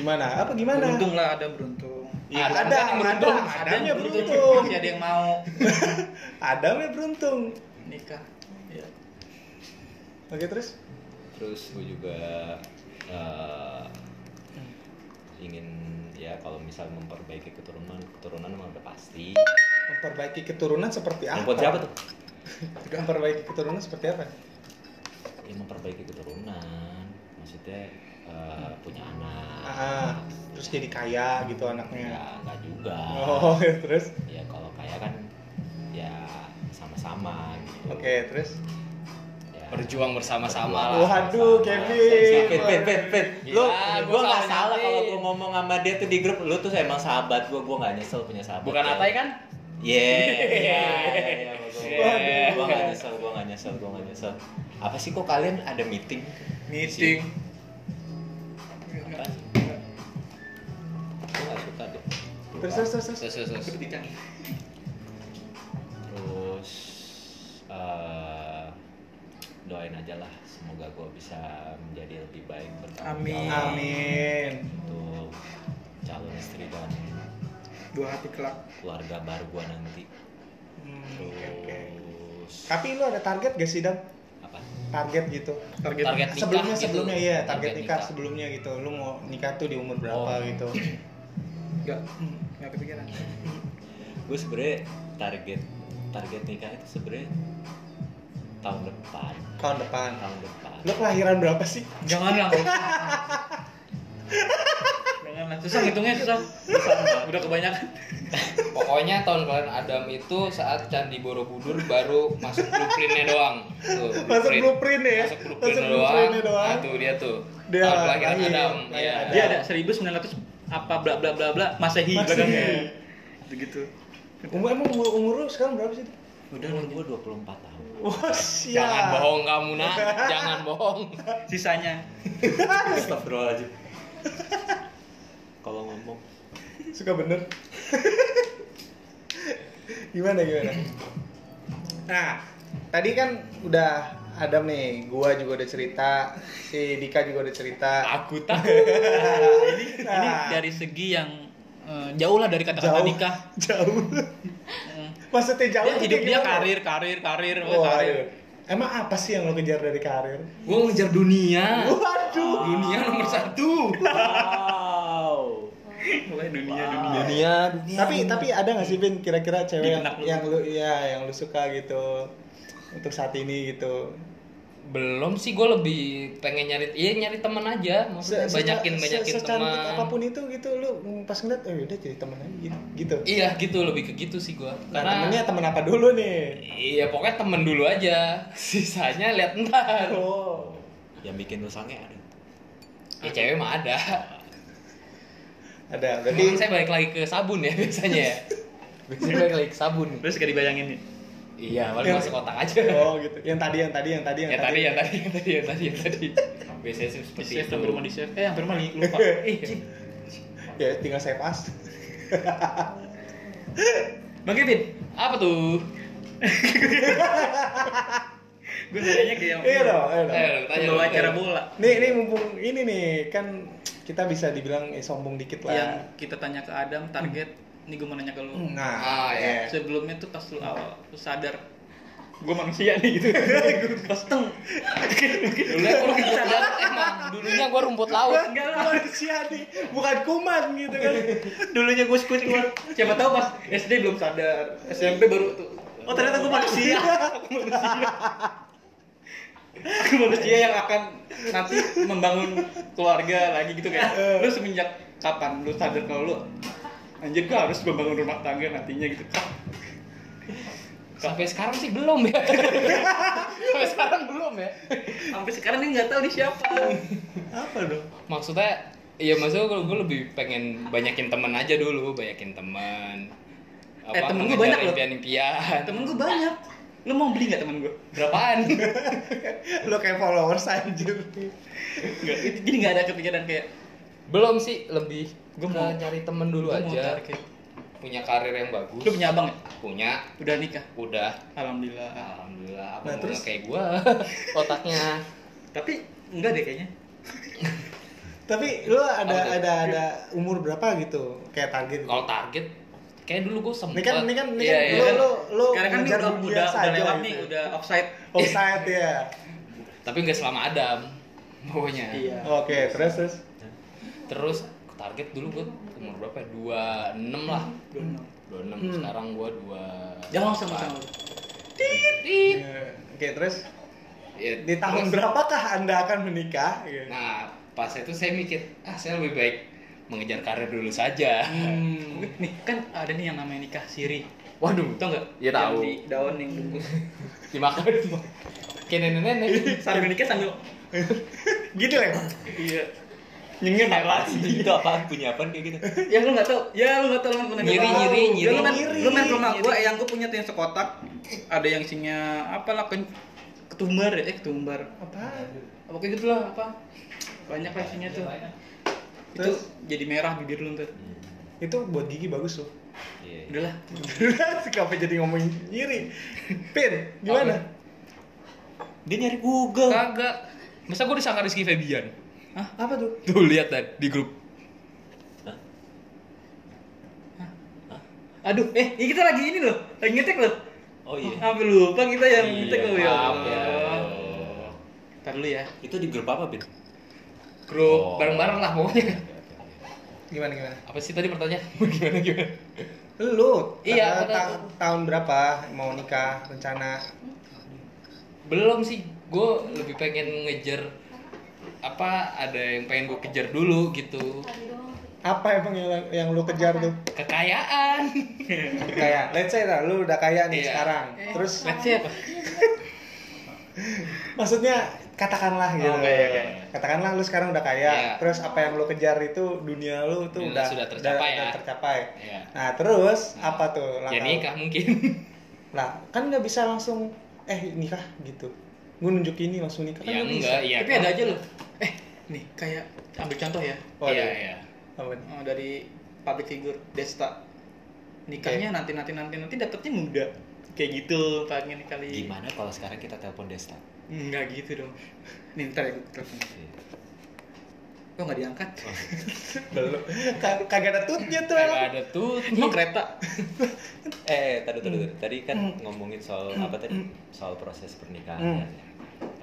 Speaker 2: gimana apa gimana
Speaker 4: beruntung lah ada beruntung
Speaker 2: Iya, ada,
Speaker 4: Ada- yang
Speaker 2: ada,
Speaker 4: beruntung
Speaker 2: ada
Speaker 4: ada
Speaker 2: yang
Speaker 4: yang beruntung
Speaker 2: beruntung.
Speaker 4: masih ada yang mau
Speaker 2: Adam ya beruntung
Speaker 4: nikah ya.
Speaker 2: oke terus
Speaker 3: terus gue juga eh, ingin ya kalau misal memperbaiki keturunan keturunan mah udah pasti
Speaker 2: memperbaiki keturunan seperti apa
Speaker 3: yang buat siapa tuh
Speaker 2: memperbaiki keturunan seperti apa
Speaker 3: ya memperbaiki keturunan maksudnya eh, punya anak
Speaker 2: ah, terus jadi kaya gitu
Speaker 3: ya
Speaker 2: anaknya
Speaker 3: enggak juga
Speaker 2: oh terus
Speaker 3: ya kalau kaya kan ya sama-sama gitu
Speaker 2: oke terus
Speaker 3: Ya,
Speaker 1: Berjuang bersama-sama lah.
Speaker 2: waduh
Speaker 3: sama.
Speaker 2: Kevin
Speaker 3: Pet, pet, pet, pet.
Speaker 1: Gila, gua
Speaker 3: Lu, Iya, gua nggak
Speaker 1: salah
Speaker 3: salah kalau
Speaker 1: nyatain.
Speaker 3: gua ngomong sama dia tuh di grup. Lu tuh emang sahabat gua, gua nggak nyesel punya sahabat.
Speaker 1: Bukan
Speaker 3: Kayak-
Speaker 1: Atai kan?
Speaker 3: Yeah, iya, iya,
Speaker 1: Iya.
Speaker 3: iya, gue gak nyesel, gue gak nyesel, gue gak nyesel. Apa sih kok kalian ada meeting?
Speaker 4: meeting Iya,
Speaker 3: Apa? Gue gak suka deh.
Speaker 2: terus terus terus, terus.
Speaker 1: Sus, sus, sus.
Speaker 4: pendidikan
Speaker 3: Terus eh, doain aja lah, semoga gue bisa menjadi lebih baik. bertanggung
Speaker 4: Amin.
Speaker 3: jawab
Speaker 2: amin
Speaker 3: Untuk calon istri dan
Speaker 4: dua hati kelak
Speaker 3: keluarga baru gue nanti.
Speaker 2: Hmm,
Speaker 3: Terus
Speaker 2: oke oke tapi lu ada target gak sih Dam
Speaker 3: apa?
Speaker 2: target gitu
Speaker 4: target,
Speaker 1: Target nikah
Speaker 2: sebelumnya
Speaker 1: gitu.
Speaker 2: sebelumnya iya target nikah sebelumnya gitu lu mau nikah tuh di umur berapa
Speaker 3: Oh.
Speaker 2: gitu
Speaker 4: enggak enggak kepikiran
Speaker 3: gue sebenernya target target nikah itu sebenernya tahun depan
Speaker 2: tahun depan
Speaker 3: tahun depan
Speaker 2: lu kelahiran berapa sih
Speaker 4: janganlah janganlah susah ngitungnya susah udah kebanyakan
Speaker 1: Pokoknya tahun kemarin Adam itu saat Candi Borobudur baru masuk blueprintnya doang. Tuh,
Speaker 2: masuk blueprint ya
Speaker 1: Masuk blueprintnya doang.
Speaker 2: blueprintnya doang
Speaker 1: Nah, tuh dia tuh.
Speaker 2: Dia
Speaker 1: tahun kelahiran
Speaker 2: lahir.
Speaker 1: Adam.
Speaker 2: Lahir
Speaker 1: Iya.
Speaker 2: Adam.
Speaker 4: dia ada 1900 apa bla bla bla bla masehi
Speaker 2: Masehi.
Speaker 1: ya.
Speaker 4: belakangnya begitu
Speaker 2: umur emang umur umur lu sekarang berapa sih
Speaker 3: udah umur gue 24 tahun
Speaker 2: wah
Speaker 1: Jangan
Speaker 2: siap
Speaker 1: bohong kamu nak, jangan bohong.
Speaker 4: sisanya
Speaker 3: Astagfirullahaladzim kalau ngomong
Speaker 2: suka bener gimana gimana nah tadi kan udah Adam nih gua juga udah cerita si Dika juga udah cerita
Speaker 1: Aku takut.
Speaker 4: ini
Speaker 2: Nah,
Speaker 4: dari segi yang eh, jauh lah dari kata-kata
Speaker 2: Jauh.
Speaker 4: nikah
Speaker 2: jauh
Speaker 4: Mm.
Speaker 2: maksudnya jauh
Speaker 4: dia
Speaker 2: tuh
Speaker 4: hidup
Speaker 2: kayak
Speaker 4: Hmm. dia
Speaker 2: gimana?
Speaker 4: karir karir karir
Speaker 2: Wah,
Speaker 4: karir
Speaker 2: aduh. Emang apa sih yang lo kejar dari karir?
Speaker 1: Gue ngejar dunia.
Speaker 2: Waduh.
Speaker 1: Dunia nomor satu.
Speaker 3: Wow.
Speaker 4: Mulai dunia
Speaker 3: Wow.
Speaker 4: dunia.
Speaker 2: Dunia, dunia. Tapi tapi ada nggak sih Vin kira-kira cewek yang,
Speaker 4: benak lu.
Speaker 2: yang lu ya yang lu suka gitu untuk saat ini gitu?
Speaker 1: Belum sih gue lebih pengen nyari iya nyari teman aja. Maksudnya
Speaker 2: Se-
Speaker 1: banyakin
Speaker 2: seca-
Speaker 1: banyakin
Speaker 2: se- secantik
Speaker 1: teman.
Speaker 2: apapun itu gitu lu pas ngeliat oh udah jadi temen aja gitu. gitu.
Speaker 1: Iya gitu lebih ke gitu sih gue.
Speaker 2: Nah,
Speaker 1: Karena
Speaker 2: temennya temen apa dulu nih?
Speaker 1: Iya pokoknya temen dulu aja Sisanya lihat ntar
Speaker 2: Oh.
Speaker 3: Yang bikin lu sange ada.
Speaker 1: Ya cewek mah ada Jadi
Speaker 2: Ada berarti
Speaker 1: saya balik lagi ke sabun ya biasanya ya Biasanya balik lagi ke sabun
Speaker 4: Terus gak dibayangin nih.
Speaker 1: Iya paling masuk kotak aja
Speaker 2: Oh gitu. Yang tadi yang tadi yang tadi yang
Speaker 1: Yang tadi, yang tadi, yang tadi, yang tadi, yang tadi Biasanya sih
Speaker 4: Di
Speaker 1: seperti
Speaker 4: save
Speaker 1: itu
Speaker 4: hampir rumah di save. Eh hampir rumah lagi lupa.
Speaker 2: Iya.
Speaker 4: Eh, cik.
Speaker 2: Ya tinggal saya pas.
Speaker 4: Bang Kevin,
Speaker 1: Apa tuh?
Speaker 4: gue nanyanya ke yang
Speaker 2: Iya dong, iya dong.
Speaker 1: Eh, tanya dong.
Speaker 4: pembawa acara bola.
Speaker 2: Nih, nih mumpung ini nih kan kita bisa dibilang eh, sombong dikit lah.
Speaker 1: Iya.
Speaker 4: Yang kita tanya ke Adam target. Nih gue mau nanya ke lu.
Speaker 2: Nah,
Speaker 1: Ah, ya.
Speaker 2: ya.
Speaker 4: Sebelumnya tuh pas lu awal lu sadar gue manusia nih gitu. pas teng.
Speaker 1: Dulunya gue rumput laut emang Dulunya gue rumput laut
Speaker 4: Enggak
Speaker 2: Lu
Speaker 4: lah.
Speaker 2: manusia nih, bukan kuman gitu kan.
Speaker 4: Dulunya gue squid keluar. Siapa tahu pas SD belum sadar, SMP baru tuh. Oh ternyata gue manusia. Aku manusia. Aku manusia yang akan nanti membangun keluarga lagi gitu kan. Lu semenjak kapan lu sadar kalau lu anjir gue harus membangun rumah tangga nantinya gitu.
Speaker 1: Sampai sekarang sih belum ya Sampai sekarang belum ya
Speaker 4: Sampai sekarang dia nggak tahu dia siapa.
Speaker 2: Apa dong?
Speaker 1: maksudnya ya maksudnya gue, gue lebih pengen banyakin temen aja dulu banyakin temen
Speaker 4: Eh, temen gue
Speaker 1: ngejar
Speaker 4: banyak loh.
Speaker 1: impian-impian
Speaker 4: Temen gue banyak. Lu mau beli nggak temen gue?
Speaker 1: berapaan
Speaker 2: Lu kayak followers anjir.
Speaker 4: Nggak. Jadi nggak ada kepikiran kayak
Speaker 1: belum sih lebih
Speaker 4: Gua
Speaker 1: gue
Speaker 4: mau-
Speaker 1: nyari temen dulu
Speaker 4: gua mau
Speaker 1: aja
Speaker 4: target.
Speaker 1: punya karir yang bagus
Speaker 4: Lu punya abang ya?
Speaker 1: punya
Speaker 4: Udah nikah.
Speaker 1: udah
Speaker 4: Alhamdulillah.
Speaker 1: alhamdulillah apa
Speaker 2: Nah,
Speaker 1: mau
Speaker 2: terus?
Speaker 1: kayak gue otaknya
Speaker 4: Tapi enggak deh kayaknya.
Speaker 2: Tapi lu
Speaker 1: Apa
Speaker 2: ada
Speaker 1: tuh? Oh.
Speaker 2: ada ada umur berapa gitu? Kayak target.
Speaker 1: kalau target kayak dulu gue sempet
Speaker 2: Ini kan ini kan ini
Speaker 1: Iya,
Speaker 2: kan
Speaker 1: iya.
Speaker 2: lu lu lu
Speaker 4: Sekarang kan
Speaker 2: ngejar
Speaker 4: udah,
Speaker 2: dunia
Speaker 4: udah, udah
Speaker 2: saja
Speaker 4: lewat
Speaker 2: gitu.
Speaker 4: nih, udah offside.
Speaker 2: Offside ya.
Speaker 1: tapi nggak selama Adam pokoknya
Speaker 4: Oh.
Speaker 2: Oke, terus terus.
Speaker 1: terus target dulu gue umur berapa ya? dua enam lah dua enam
Speaker 2: Hmm.
Speaker 1: sekarang gue dua
Speaker 4: Jangan langsung sama.
Speaker 1: Tit.
Speaker 2: Ya, Oke, terus
Speaker 1: Ya,
Speaker 2: di tahun
Speaker 1: terus-
Speaker 2: berapakah Anda akan menikah? Gitu.
Speaker 1: nah pas itu saya mikir ah saya lebih baik mengejar karir dulu saja
Speaker 4: Hmm. Nih kan ada nih yang namanya nikah siri.
Speaker 1: waduh
Speaker 4: Tau nggak?
Speaker 1: Iya,
Speaker 4: Yang
Speaker 1: tahu.
Speaker 4: Di daun yang bungkus.
Speaker 1: dimakan kayak nenek nenek
Speaker 4: sambil nikah sambil
Speaker 2: Gini lah.
Speaker 4: iya. Nyengir ya Pak.
Speaker 3: itu apa punya apa kayak gitu?
Speaker 4: Ya lu nggak tahu. Ya lu nggak tahu lu pernah
Speaker 1: Nyiri,
Speaker 4: nyoba.
Speaker 1: nyiri,
Speaker 4: Ya,
Speaker 1: nyiri.
Speaker 4: Lu main
Speaker 2: Nyiri.
Speaker 4: lu main ke rumah gua yang gua punya tuh yang sekotak. Ada yang isinya apalah ken- ketumbar ya, eh ketumbar.
Speaker 2: Apa?
Speaker 4: Apa kayak gitu lah apa? Banyak lah isinya tuh. Itu
Speaker 2: Terus?
Speaker 4: jadi merah bibir lu ntar.
Speaker 2: Itu buat gigi bagus loh.
Speaker 3: Iya. iya.
Speaker 4: Udahlah.
Speaker 2: Kenapa jadi ngomongin nyiri? Pin, gimana?
Speaker 3: Dia nyari Google.
Speaker 1: kagak masa gue disangka Rizky Febian
Speaker 2: Apa tuh?
Speaker 1: tuh lihat dan di grup
Speaker 4: Aduh, eh ini kita lagi ini loh, lagi ngetek loh.
Speaker 3: Oh iya.
Speaker 4: Hampir lupa kita yang
Speaker 3: Iya,
Speaker 4: ngetek loh ya.
Speaker 1: maaf
Speaker 4: Allah.
Speaker 3: ya.
Speaker 4: Ntar dulu ya.
Speaker 3: Itu di grup apa, Bin?
Speaker 1: grup
Speaker 3: Oh.
Speaker 1: bareng bareng lah pokoknya
Speaker 2: Gimana gimana?
Speaker 1: apa sih tadi pertanyaan gimana gimana
Speaker 2: Lu
Speaker 1: Iya,
Speaker 2: ta-
Speaker 1: betul.
Speaker 2: ta- tahun berapa mau nikah rencana?
Speaker 1: belum sih gue lebih pengen ngejar apa ada yang pengen gue kejar dulu gitu
Speaker 2: Apa emang yang, yang lu kejar tuh?
Speaker 1: kekayaan
Speaker 2: Kayak let's say lah lu udah kaya nih
Speaker 1: Iya.
Speaker 2: sekarang. Terus
Speaker 4: Let's see apa?
Speaker 2: maksudnya katakanlah gitu.
Speaker 4: Oke, oke.
Speaker 2: Katakanlah lu sekarang udah kaya.
Speaker 1: Iya.
Speaker 2: Terus apa yang lu kejar itu dunia lu tuh
Speaker 1: Dunia
Speaker 2: udah
Speaker 1: sudah tercapai
Speaker 2: udah- udah
Speaker 1: ya.
Speaker 2: tercapai.
Speaker 1: Iya.
Speaker 2: Nah, terus apa tuh
Speaker 1: ya
Speaker 2: langkah lu?
Speaker 1: nikah mungkin
Speaker 2: Lah, kan nggak bisa langsung eh nikah gitu. Gue nunjuk ini langsung nikah kan
Speaker 1: ya
Speaker 2: nggak
Speaker 1: enggak
Speaker 3: Iya,
Speaker 2: bisa.
Speaker 1: ya
Speaker 4: Tapi ada aja loh. Eh, nih kayak ambil contoh ya
Speaker 2: Oh,
Speaker 1: iya
Speaker 2: iya.
Speaker 1: iya
Speaker 2: Apa nih?
Speaker 4: eh, dari public figure Desta. Nikahnya nanti nanti nanti nanti dapetnya muda. Kayak gitu pengen kali.
Speaker 3: Gimana kalau sekarang kita telepon Desta? Iya.
Speaker 4: Enggak gitu dong. Nih ntar ya, gue telepon. kok nggak diangkat
Speaker 3: Oh.
Speaker 2: belum Ka- kagak ada tutnya tuh
Speaker 1: Kagak ada tuh.
Speaker 4: Emang kereta
Speaker 3: Eh, tadi tadi tadi kan ngomongin soal apa tadi? Soal proses pernikahan. kan ya.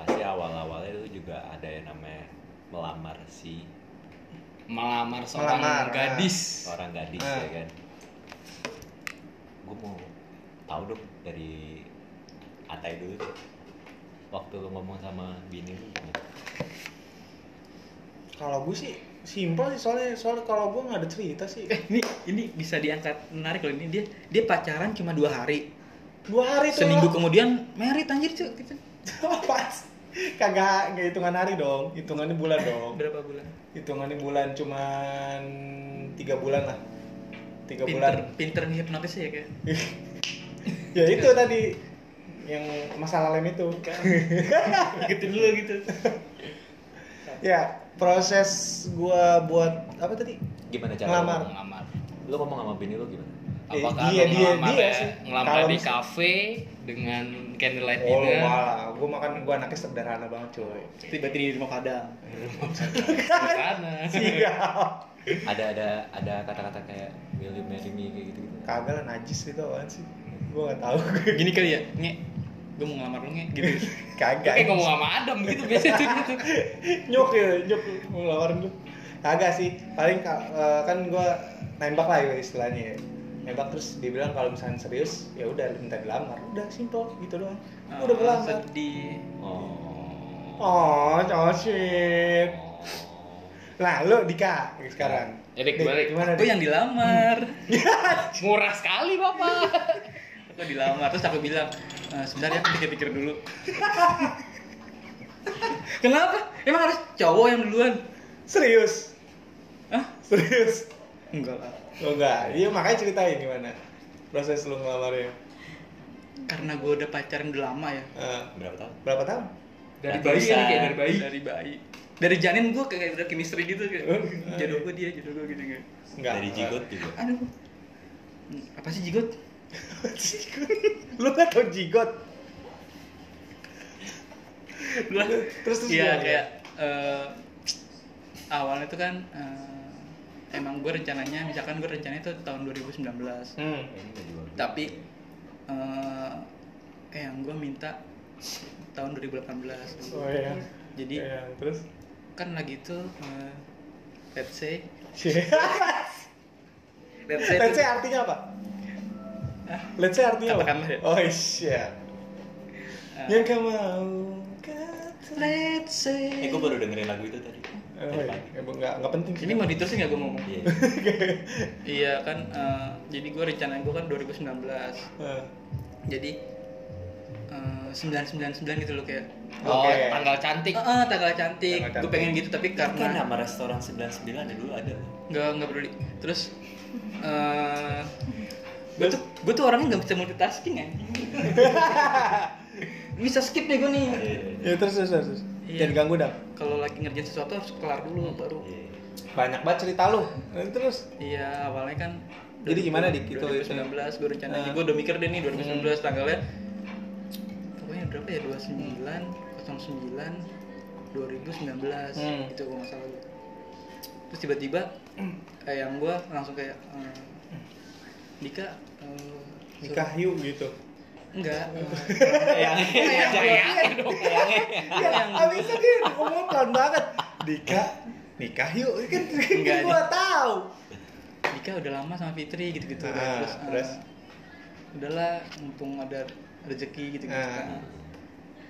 Speaker 3: Pasti awal-awalnya itu juga ada yang namanya melamar si
Speaker 1: Melamar seorang
Speaker 2: Melamar, ah.
Speaker 1: gadis.
Speaker 3: seorang gadis
Speaker 2: Ah.
Speaker 3: ya kan. Gue mau tahu dong dari Atai dulu deh. Waktu lu ngomong sama bini lu gimana?
Speaker 2: kalau gue sih simpel sih soalnya soalnya kalau gue nggak ada cerita sih
Speaker 4: eh ini ini bisa diangkat menarik loh ini dia dia pacaran cuma dua hari
Speaker 2: dua hari tuh
Speaker 4: seminggu kemudian merit anjir cuy gitu.
Speaker 2: pas kagak nggak hitungan hari dong hitungannya bulan dong
Speaker 4: berapa bulan
Speaker 2: hitungannya bulan cuman tiga bulan lah tiga bulan
Speaker 4: pinter pinter ngehipnotis ya kayak
Speaker 2: ya itu tadi yang masalah lem itu
Speaker 1: Kan.
Speaker 4: gitu dulu gitu
Speaker 2: ya proses gua buat apa tadi
Speaker 3: Gimana cara
Speaker 2: Ngelamar.
Speaker 3: Lu,
Speaker 1: Melamar.
Speaker 3: ngomong? Lu ngomong sama bini lu gimana?
Speaker 2: Eh,
Speaker 1: Apakah
Speaker 2: dia-
Speaker 1: lo
Speaker 2: dia-
Speaker 1: ngelamar
Speaker 2: dia
Speaker 1: ya?
Speaker 2: sih.
Speaker 1: Ngelamar
Speaker 2: Kalau
Speaker 1: di
Speaker 2: mis-
Speaker 1: kafe dengan candlelight
Speaker 2: oh
Speaker 1: dinner.
Speaker 2: malah gua makan gua anaknya sederhana banget cuy
Speaker 4: tiba-tiba di rumah padang
Speaker 1: Di sana.
Speaker 2: sial
Speaker 3: Ada ada ada kata-kata kayak will you marry me kayak gitu gitu.
Speaker 2: kagak lah najis itu apaan sih gua nggak tahu
Speaker 4: gini kali ya nge gue mau ngelamar lu nge gitu
Speaker 1: Gue kayak
Speaker 2: kagak
Speaker 1: ngomong sama Adam gitu biasanya tuh gitu.
Speaker 2: nyok ya nyok mau lawarin lu kagak sih paling ka- eh, kan gua nembak lah ya istilahnya ya. nembak terus dibilang kalau misalnya serius ya udah lu minta dilamar udah simpel gitu doang udah
Speaker 4: Ah,
Speaker 2: melamar
Speaker 4: sedih
Speaker 3: Oh.
Speaker 2: oh cocit lah lu Dika sekarang
Speaker 1: Ya, Dik,
Speaker 2: Dik,
Speaker 1: balik.
Speaker 2: gimana
Speaker 4: aku
Speaker 2: Dik?
Speaker 4: yang dilamar
Speaker 1: Murah sekali bapak.
Speaker 4: aku dilamar terus aku bilang "Eh, sebentar ya aku pikir-pikir dulu kenapa emang harus cowok yang duluan
Speaker 2: serius
Speaker 4: Hah?
Speaker 2: serius
Speaker 4: enggak lah
Speaker 2: lo enggak iya makanya ceritain gimana proses lu ngelamarnya
Speaker 4: karena gue udah pacaran udah lama ya
Speaker 2: Eh,
Speaker 3: Berapa tahun?
Speaker 2: berapa tahun
Speaker 4: dari
Speaker 3: Nah,
Speaker 4: bayi
Speaker 3: bisa.
Speaker 4: kan
Speaker 2: ya,
Speaker 4: kayak dari bayi dari bayi dari janin gue kayak udah chemistry gitu kayak jodoh gue dia jodoh gue gitu kayak
Speaker 2: enggak
Speaker 3: Dari jigot juga.
Speaker 4: aduh hmm, apa sih jigot
Speaker 2: lu nggak tau jigot
Speaker 4: Gua-
Speaker 2: Terus, terus
Speaker 4: iya
Speaker 2: gimana?
Speaker 4: kayak eh, awalnya tuh kan eh, emang gue rencananya misalkan gue rencananya itu tahun 2019
Speaker 2: hmm.
Speaker 4: tapi eh, kayak yang gue minta tahun 2018
Speaker 2: oh iya
Speaker 4: jadi
Speaker 2: Iya, terus
Speaker 4: kan lagi tuh eh, let's say let's say,
Speaker 2: Let's
Speaker 4: tuh-
Speaker 2: say artinya apa? Let's say artinya
Speaker 4: Katakanlah ya.
Speaker 2: apa? Oh iya.
Speaker 4: Eh.
Speaker 2: Yang kamu mau kata.
Speaker 4: let's say
Speaker 3: Eh, gue baru dengerin lagu itu tadi.
Speaker 2: Oh, iya.
Speaker 3: Tadi pagi.
Speaker 2: Eh, bu, nggak nggak penting.
Speaker 4: ini mau diterusin nggak gue ngomong
Speaker 3: Iya.
Speaker 4: iya kan eh, jadi gue rencana gue kan 2019
Speaker 2: Eh,
Speaker 4: jadi eh, sembilan sembilan sembilan gitu loh kayak
Speaker 1: Oh,
Speaker 2: Oke.
Speaker 1: tanggal cantik.
Speaker 4: "Ah, ah, tanggal cantik
Speaker 2: Tanggal
Speaker 4: gue
Speaker 2: cantik.
Speaker 4: pengen gitu tapi
Speaker 3: Kan
Speaker 4: karena
Speaker 3: nama restoran 99 ada dulu ada.
Speaker 4: nggak nggak peduli terus eh gue tuh gue tuh orangnya nggak bisa multitasking ya bisa skip deh gue nih
Speaker 3: Iya.
Speaker 2: Ya terus terus terus.
Speaker 4: Iya.
Speaker 2: Jangan ganggu dong.
Speaker 4: kalau lagi ngerjain sesuatu harus kelar dulu baru
Speaker 3: Iya.
Speaker 2: Banyak banget cerita lu. Eh, Terus
Speaker 4: iya awalnya kan
Speaker 2: Jadi gimana, Dik, itu- ya,
Speaker 4: 2019 gue rencana
Speaker 2: Eh.
Speaker 4: gue udah mikir deh nih 2019
Speaker 2: Hmm.
Speaker 4: tanggalnya pokoknya berapa ya 29 09 2019
Speaker 2: Hmm.
Speaker 4: itu gue masalah gue terus tiba-tiba kayak yang gue langsung kayak eh, Dika eh,
Speaker 2: nikah yuk gitu.
Speaker 4: enggak eh,
Speaker 2: Iya.
Speaker 3: Yang
Speaker 1: Iya,
Speaker 4: yang
Speaker 1: Sayang dong.
Speaker 2: Ya, abis itu dia ngomong pelan banget. Dika nikah yuk kan
Speaker 4: Enggak,
Speaker 2: gua tahu.
Speaker 4: Dika udah lama sama Fitri gitu-gitu kan.
Speaker 2: Ah,
Speaker 4: terus, eh,
Speaker 2: terus?
Speaker 4: udahlah mumpung ada rezeki gitu-gitu
Speaker 2: Ah.
Speaker 4: kan.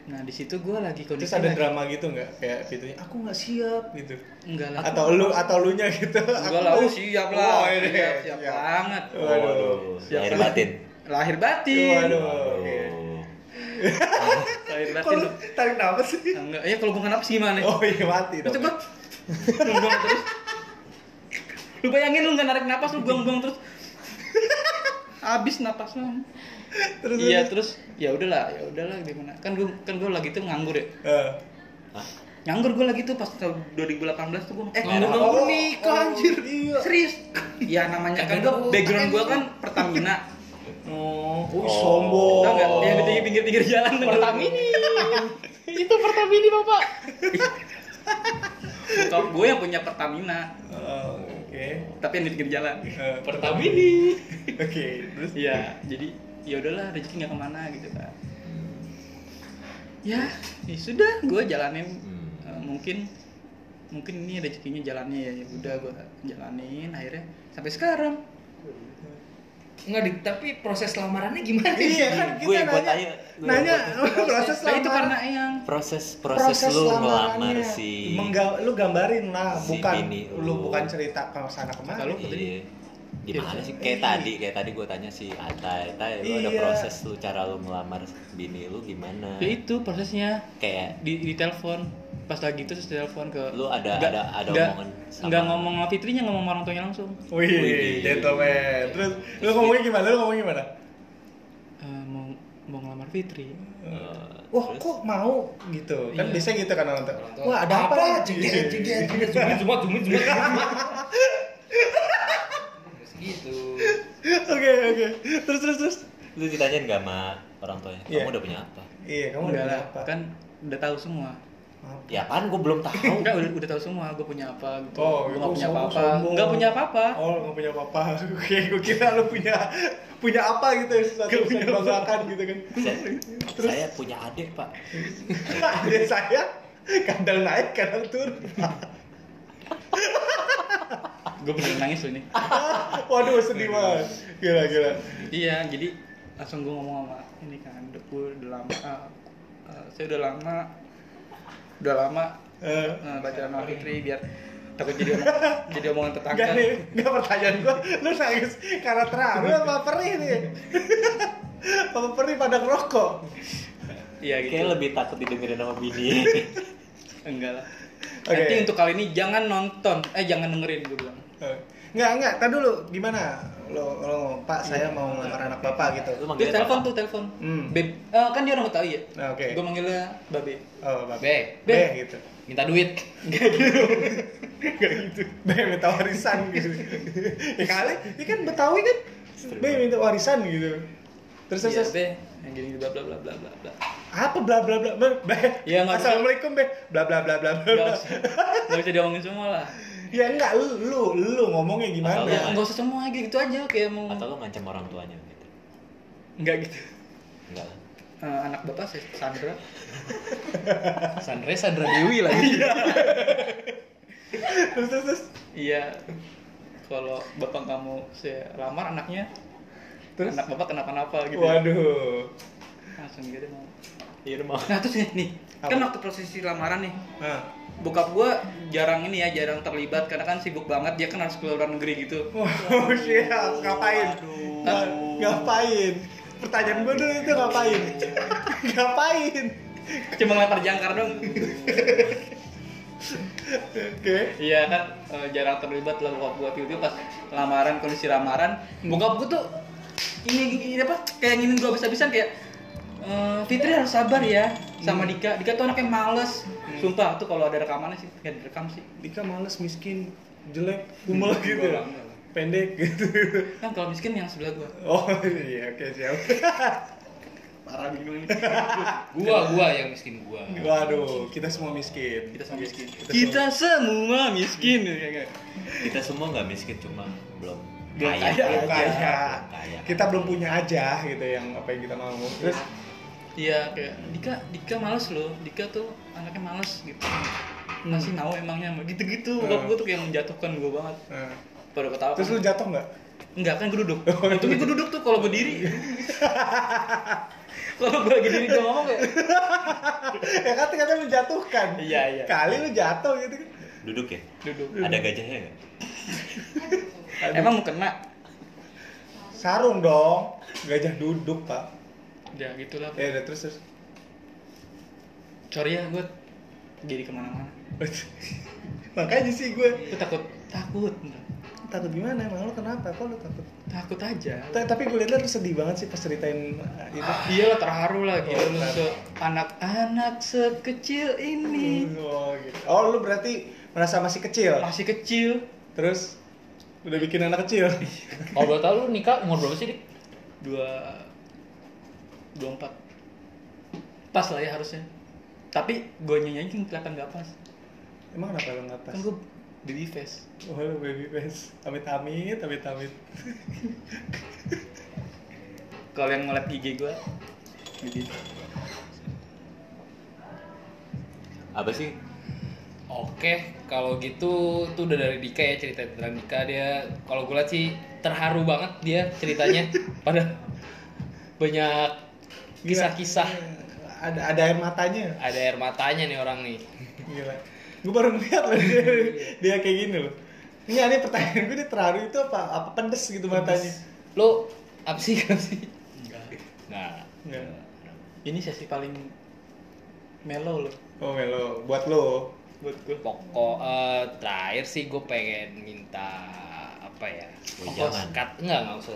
Speaker 4: Nah di situ gue lagi
Speaker 2: Terus
Speaker 4: kondisi
Speaker 2: ada
Speaker 4: lagi-
Speaker 2: drama gitu nggak kayak fitunya aku nggak siap gitu.
Speaker 4: enggak lah
Speaker 2: atau lu atau lu nya gitu
Speaker 4: enggak
Speaker 2: Aku
Speaker 4: lah
Speaker 2: mau-
Speaker 4: oh, siap
Speaker 2: Oh,
Speaker 4: lah
Speaker 2: ini,
Speaker 4: siap, siap banget
Speaker 2: waduh
Speaker 3: Waduh. Lahir batin.
Speaker 4: lahir batin
Speaker 2: waduh oke.
Speaker 3: Waduh.
Speaker 4: lahir
Speaker 2: kok
Speaker 4: batin
Speaker 2: lu tarik nafas sih
Speaker 4: enggak ya kalau bukan nafsu gimana
Speaker 2: oh iya mati
Speaker 4: itu
Speaker 2: dong
Speaker 4: gue buang terus lu bayangin lu nggak narik napas lu buang-buang terus habis napas lu
Speaker 2: terus
Speaker 4: iya terus ya udahlah ya udahlah gimana kan gue kan gue lagi tuh nganggur ya
Speaker 2: Eh.
Speaker 3: Hah?
Speaker 4: nganggur gue lagi tuh pas tahun 2018 tuh gue eh
Speaker 1: Nganggur.
Speaker 4: nganggur
Speaker 2: Oh,
Speaker 4: nikah
Speaker 2: oh,
Speaker 4: anjir
Speaker 2: iya.
Speaker 4: serius ya namanya kan gue background gue kan Pertamina
Speaker 2: oh wih,
Speaker 3: Oh.
Speaker 2: sombong
Speaker 4: tau nggak yang di pinggir pinggir jalan tuh.
Speaker 1: Pertamini. Itu Pertamini bapak.
Speaker 4: bokap gue yang punya Pertamina
Speaker 2: Oh, oke
Speaker 4: tapi yang di pinggir jalan
Speaker 2: Eh,
Speaker 1: Pertamini.
Speaker 2: oke terus
Speaker 4: Iya, jadi ya udahlah rezeki nggak kemana gitu kan. Ya, ya sudah, gue jalanin.
Speaker 3: Hmm.
Speaker 4: Eh, mungkin mungkin ini rezekinya jalannya ya, ya udah gue jalanin. Akhirnya sampai sekarang.
Speaker 1: Enggak, Dik, tapi proses lamarannya gimana?
Speaker 2: iya kan
Speaker 3: Gue
Speaker 2: kita
Speaker 3: yang buat
Speaker 2: nanya
Speaker 3: ayo, gue
Speaker 2: nanya
Speaker 3: yang
Speaker 2: proses
Speaker 4: Nah, itu karena
Speaker 2: lamaran
Speaker 4: yang
Speaker 3: proses proses, lu ngelamar
Speaker 2: lamarannya.
Speaker 3: si
Speaker 2: Mengga- lu gambarin lah
Speaker 3: si
Speaker 2: bukan
Speaker 3: bini
Speaker 2: lu
Speaker 3: lu.
Speaker 2: bukan cerita ke sana kemari
Speaker 4: Kalau-
Speaker 3: Iya. Gimana sih kayak
Speaker 2: Iya.
Speaker 3: tadi kayak tadi gue tanya si Atai, Atai lu ada
Speaker 2: Iya.
Speaker 3: proses lu cara lu ngelamar bini lu gimana?
Speaker 4: ya itu prosesnya
Speaker 3: Kayak
Speaker 4: di, di telepon pas lagi itu terus telepon ke
Speaker 3: Lu ada- ada- ada omongan sama-
Speaker 4: nggak ngomong sama Fitrinya ngomong sama orang tuanya langsung
Speaker 2: Wih,
Speaker 3: Wih.
Speaker 4: iya.
Speaker 2: gentleman. Terus lu ngomongnya gimana? Lu ngomongnya gimana?
Speaker 4: Eh, mau mau ngelamar Fitri
Speaker 3: eh,
Speaker 2: Wah,
Speaker 3: terus
Speaker 2: kok mau gitu? Kan
Speaker 4: Iya.
Speaker 2: biasanya gitu kan orang tua.
Speaker 1: Orang tua,
Speaker 2: Wah, ada apa?
Speaker 1: Ceget, ceget, ceget, cumit, cuma, cumit, cuma, cuma. Terus gitu.
Speaker 2: Oke, oke. Terus terus terus.
Speaker 3: lu ditanyain gak sama orang tuanya? Kamu
Speaker 2: Iya.
Speaker 3: udah punya apa?
Speaker 2: Iya, kamu udah
Speaker 4: Enggak
Speaker 2: ada
Speaker 4: lah,
Speaker 2: apa?
Speaker 4: kan udah tahu semua
Speaker 2: Apa?
Speaker 3: Ya kan gue belum tahu.
Speaker 4: Enggak, udah, udah tahu semua gue punya apa gitu.
Speaker 2: Oh, itu
Speaker 4: gue nggak punya
Speaker 2: sombong,
Speaker 4: apa-apa.
Speaker 2: sombong.
Speaker 4: Enggak punya apa-apa.
Speaker 2: Oh, nggak punya apa-apa. Oke, gue kira lu punya punya apa gitu sesuatu yang bisa dibanggakan gitu kan.
Speaker 3: Saya,
Speaker 2: Terus?
Speaker 3: saya punya adik pak.
Speaker 2: Nah, adik saya kadang naik, kadang turun.
Speaker 4: Gue bener nangis loh ini.
Speaker 2: Ah. Waduh, sedih banget. Gila, gila.
Speaker 4: iya, jadi langsung gue ngomong sama ini kan, udah gue udah lama, eh, eh, saya udah lama, udah lama
Speaker 2: Eh,
Speaker 4: eh, pacaran sama Fitri biar takut jadi omongan, jadi omongan tetangga.
Speaker 2: Enggak nih, enggak pertanyaan gua, lu nangis karena terharu apa perih nih? apa perih pada ngerokok?
Speaker 4: Iya gitu.
Speaker 3: Kayak lebih takut didengerin sama bini.
Speaker 4: Enggak lah.
Speaker 2: Oke.
Speaker 4: Nanti untuk kali ini jangan nonton, eh jangan dengerin gue bilang.
Speaker 2: Eh, Enggak, enggak, tadi dulu gimana? Lo, lo, Pak, saya
Speaker 4: Iya.
Speaker 2: mau ngelamar anak bapak gitu.
Speaker 3: Lu
Speaker 4: Terus
Speaker 3: manggilnya
Speaker 4: telepon
Speaker 3: papa?
Speaker 4: tuh telepon.
Speaker 2: Hmm.
Speaker 4: Beb, eh, kan dia orang Betawi ya.
Speaker 2: Nah, oke.
Speaker 4: Gue manggilnya Babe.
Speaker 2: Oh, bapak.
Speaker 1: Be,
Speaker 2: B,
Speaker 4: Be.
Speaker 2: gitu.
Speaker 1: minta duit.
Speaker 2: Enggak gitu. B minta warisan gitu. ya kali, ini kan Betawi kan. B minta warisan gitu. Terus terus,
Speaker 4: Iya,
Speaker 2: terus.
Speaker 4: Be, yang gini bla bla bla bla bla bla.
Speaker 2: apa bla bla bla bla. Be.
Speaker 4: Ya, nggak bisa.
Speaker 2: Assalamualaikum, B. Bla bla bla bla
Speaker 4: Gak
Speaker 2: bla.
Speaker 4: usah, gak usah diomongin semua lah.
Speaker 2: Ya enggak lu lu lu ngomongnya gimana?
Speaker 3: Atau
Speaker 4: Ya, gak usah semua lagi gitu aja kayak mau
Speaker 3: Atau lu ngancam orang tuanya gitu?
Speaker 4: nggak gitu.
Speaker 3: Enggak lah.
Speaker 4: Eh, anak bapak saya Sandra.
Speaker 1: Sandra, Sandra Dewi lagi.
Speaker 2: terus terus terus
Speaker 4: Iya. Kalau bapak kamu saya lamar anaknya,
Speaker 2: Terus?
Speaker 4: anak bapak kenapa-napa gitu.
Speaker 2: waduh
Speaker 4: Langsung gitu mau.
Speaker 3: Iya mau.
Speaker 4: Nah terus nih, nih
Speaker 2: Apa?
Speaker 4: kan waktu prosesi lamaran nih,
Speaker 2: nah.
Speaker 4: bokap gua jarang ini ya, jarang terlibat karena kan sibuk banget dia kan harus keluar luar negeri gitu.
Speaker 2: oh shit ngapain Nga- ngapain pertanyaan gue dulu itu ngapain ngapain
Speaker 4: Cuma ngelempar jangkar dong.
Speaker 2: oke
Speaker 4: Iya kan eh, jarang terlibat lah bokap gua tiba-tiba pas lamaran kondisi lamaran bokap gua tuh ini, ini apa kayak nginin gua habis-habisan kayak eh, Fitri harus sabar ya
Speaker 2: Hmm.
Speaker 4: sama Dika. Dika tuh anaknya males. Sumpah tuh kalau ada rekamannya sih kayak direkam sih.
Speaker 2: Dika males miskin jelek kumel gitu
Speaker 4: Enggak,
Speaker 2: pendek gitu
Speaker 4: Kan kalau miskin yang sebelah gua.
Speaker 2: oh iya oke siap
Speaker 4: Parah bingung ini.
Speaker 1: Gua, gua yang miskin gua.
Speaker 2: waduh kita semua miskin
Speaker 4: Kita semua miskin.
Speaker 2: Kita
Speaker 4: Kita semua miskin. gitu,
Speaker 3: Kita semua nggak miskin cuma belum
Speaker 4: Belum
Speaker 3: kaya.
Speaker 4: kaya,
Speaker 2: belum
Speaker 3: aja.
Speaker 2: kaya
Speaker 3: Kaya.
Speaker 2: kita belum punya aja gitu yang apa yang kita mau terus
Speaker 4: Iya kayak Dika Dika males loh. Dika tuh anaknya males gitu. Masih
Speaker 2: Hmm.
Speaker 4: mau emangnya gitu-gitu. Bokap gua tuh kayak menjatuhkan gua banget.
Speaker 2: nah.
Speaker 4: Baru ketawa.
Speaker 2: Hmm. terus lu jatuh nggak
Speaker 4: Enggak kan gue duduk.
Speaker 2: Oh, iya.
Speaker 4: Untungnya gue duduk tuh kalau gue diri. kalau gue lagi diri gue ngomong kayak
Speaker 2: ya kan ternyata menjatuhkan
Speaker 4: Iya, iya.
Speaker 2: kali lu jatuh gitu kan
Speaker 3: Duduk ya?
Speaker 4: duduk.
Speaker 3: Ada gajahnya nggak?
Speaker 4: "Eh, Emang mau kena?
Speaker 2: sarung dong gajah duduk pak
Speaker 4: Ya gitulah.
Speaker 2: ya udah terus terus
Speaker 4: Sorry ya gue jadi kemana-mana.
Speaker 2: makanya sih gue
Speaker 4: Gue takut takut bener.
Speaker 2: takut gimana emang lu kenapa kok lu takut
Speaker 4: takut aja.
Speaker 2: Ta- tapi gue liat lu sedih banget sih pas ceritain uh, itu
Speaker 4: Iyalah terharu lah gitu
Speaker 2: Oh,
Speaker 4: lu
Speaker 2: benar.
Speaker 4: se anak-anak sekecil ini
Speaker 2: oh, gitu. oh lu berarti merasa masih kecil
Speaker 4: masih kecil.
Speaker 2: terus udah bikin anak kecil
Speaker 1: Kalau boleh tahu lu nikah umur berapa sih, Dik?
Speaker 4: dua dua empat kan pas lah ya harusnya tapi gue nyanyiin kelihatan gak pas
Speaker 2: Emang kenapa lo nggak pas?
Speaker 1: Kan gue baby face.
Speaker 2: Oh, lo baby face. Amit amit, amit amit.
Speaker 1: Kalau yang ngeliat IG gue, gitu.
Speaker 3: apa sih
Speaker 1: Oke, kalau gitu itu udah dari Dika ya cerita tentang Dika dia. Kalau gue liat sih terharu banget dia ceritanya. Pada banyak
Speaker 2: Gila.
Speaker 1: kisah-kisah.
Speaker 2: Ada ada air matanya.
Speaker 1: Ada air matanya nih orang nih.
Speaker 2: Gila. Gue baru ngeliat loh dia, dia kayak gini loh. Ini aneh pertanyaan gue dia terharu itu apa? Apa pedes gitu matanya?
Speaker 1: Lo apa sih apa sih? Nah,
Speaker 2: Enggak.
Speaker 4: Ini sesi paling mellow loh
Speaker 2: Oh melo, buat lo.
Speaker 4: buat gue.
Speaker 1: pokok eh, terakhir sih gue pengen minta apa ya?
Speaker 3: Oh,
Speaker 1: Pokok
Speaker 3: jangan.
Speaker 1: sekat enggak enggak usah.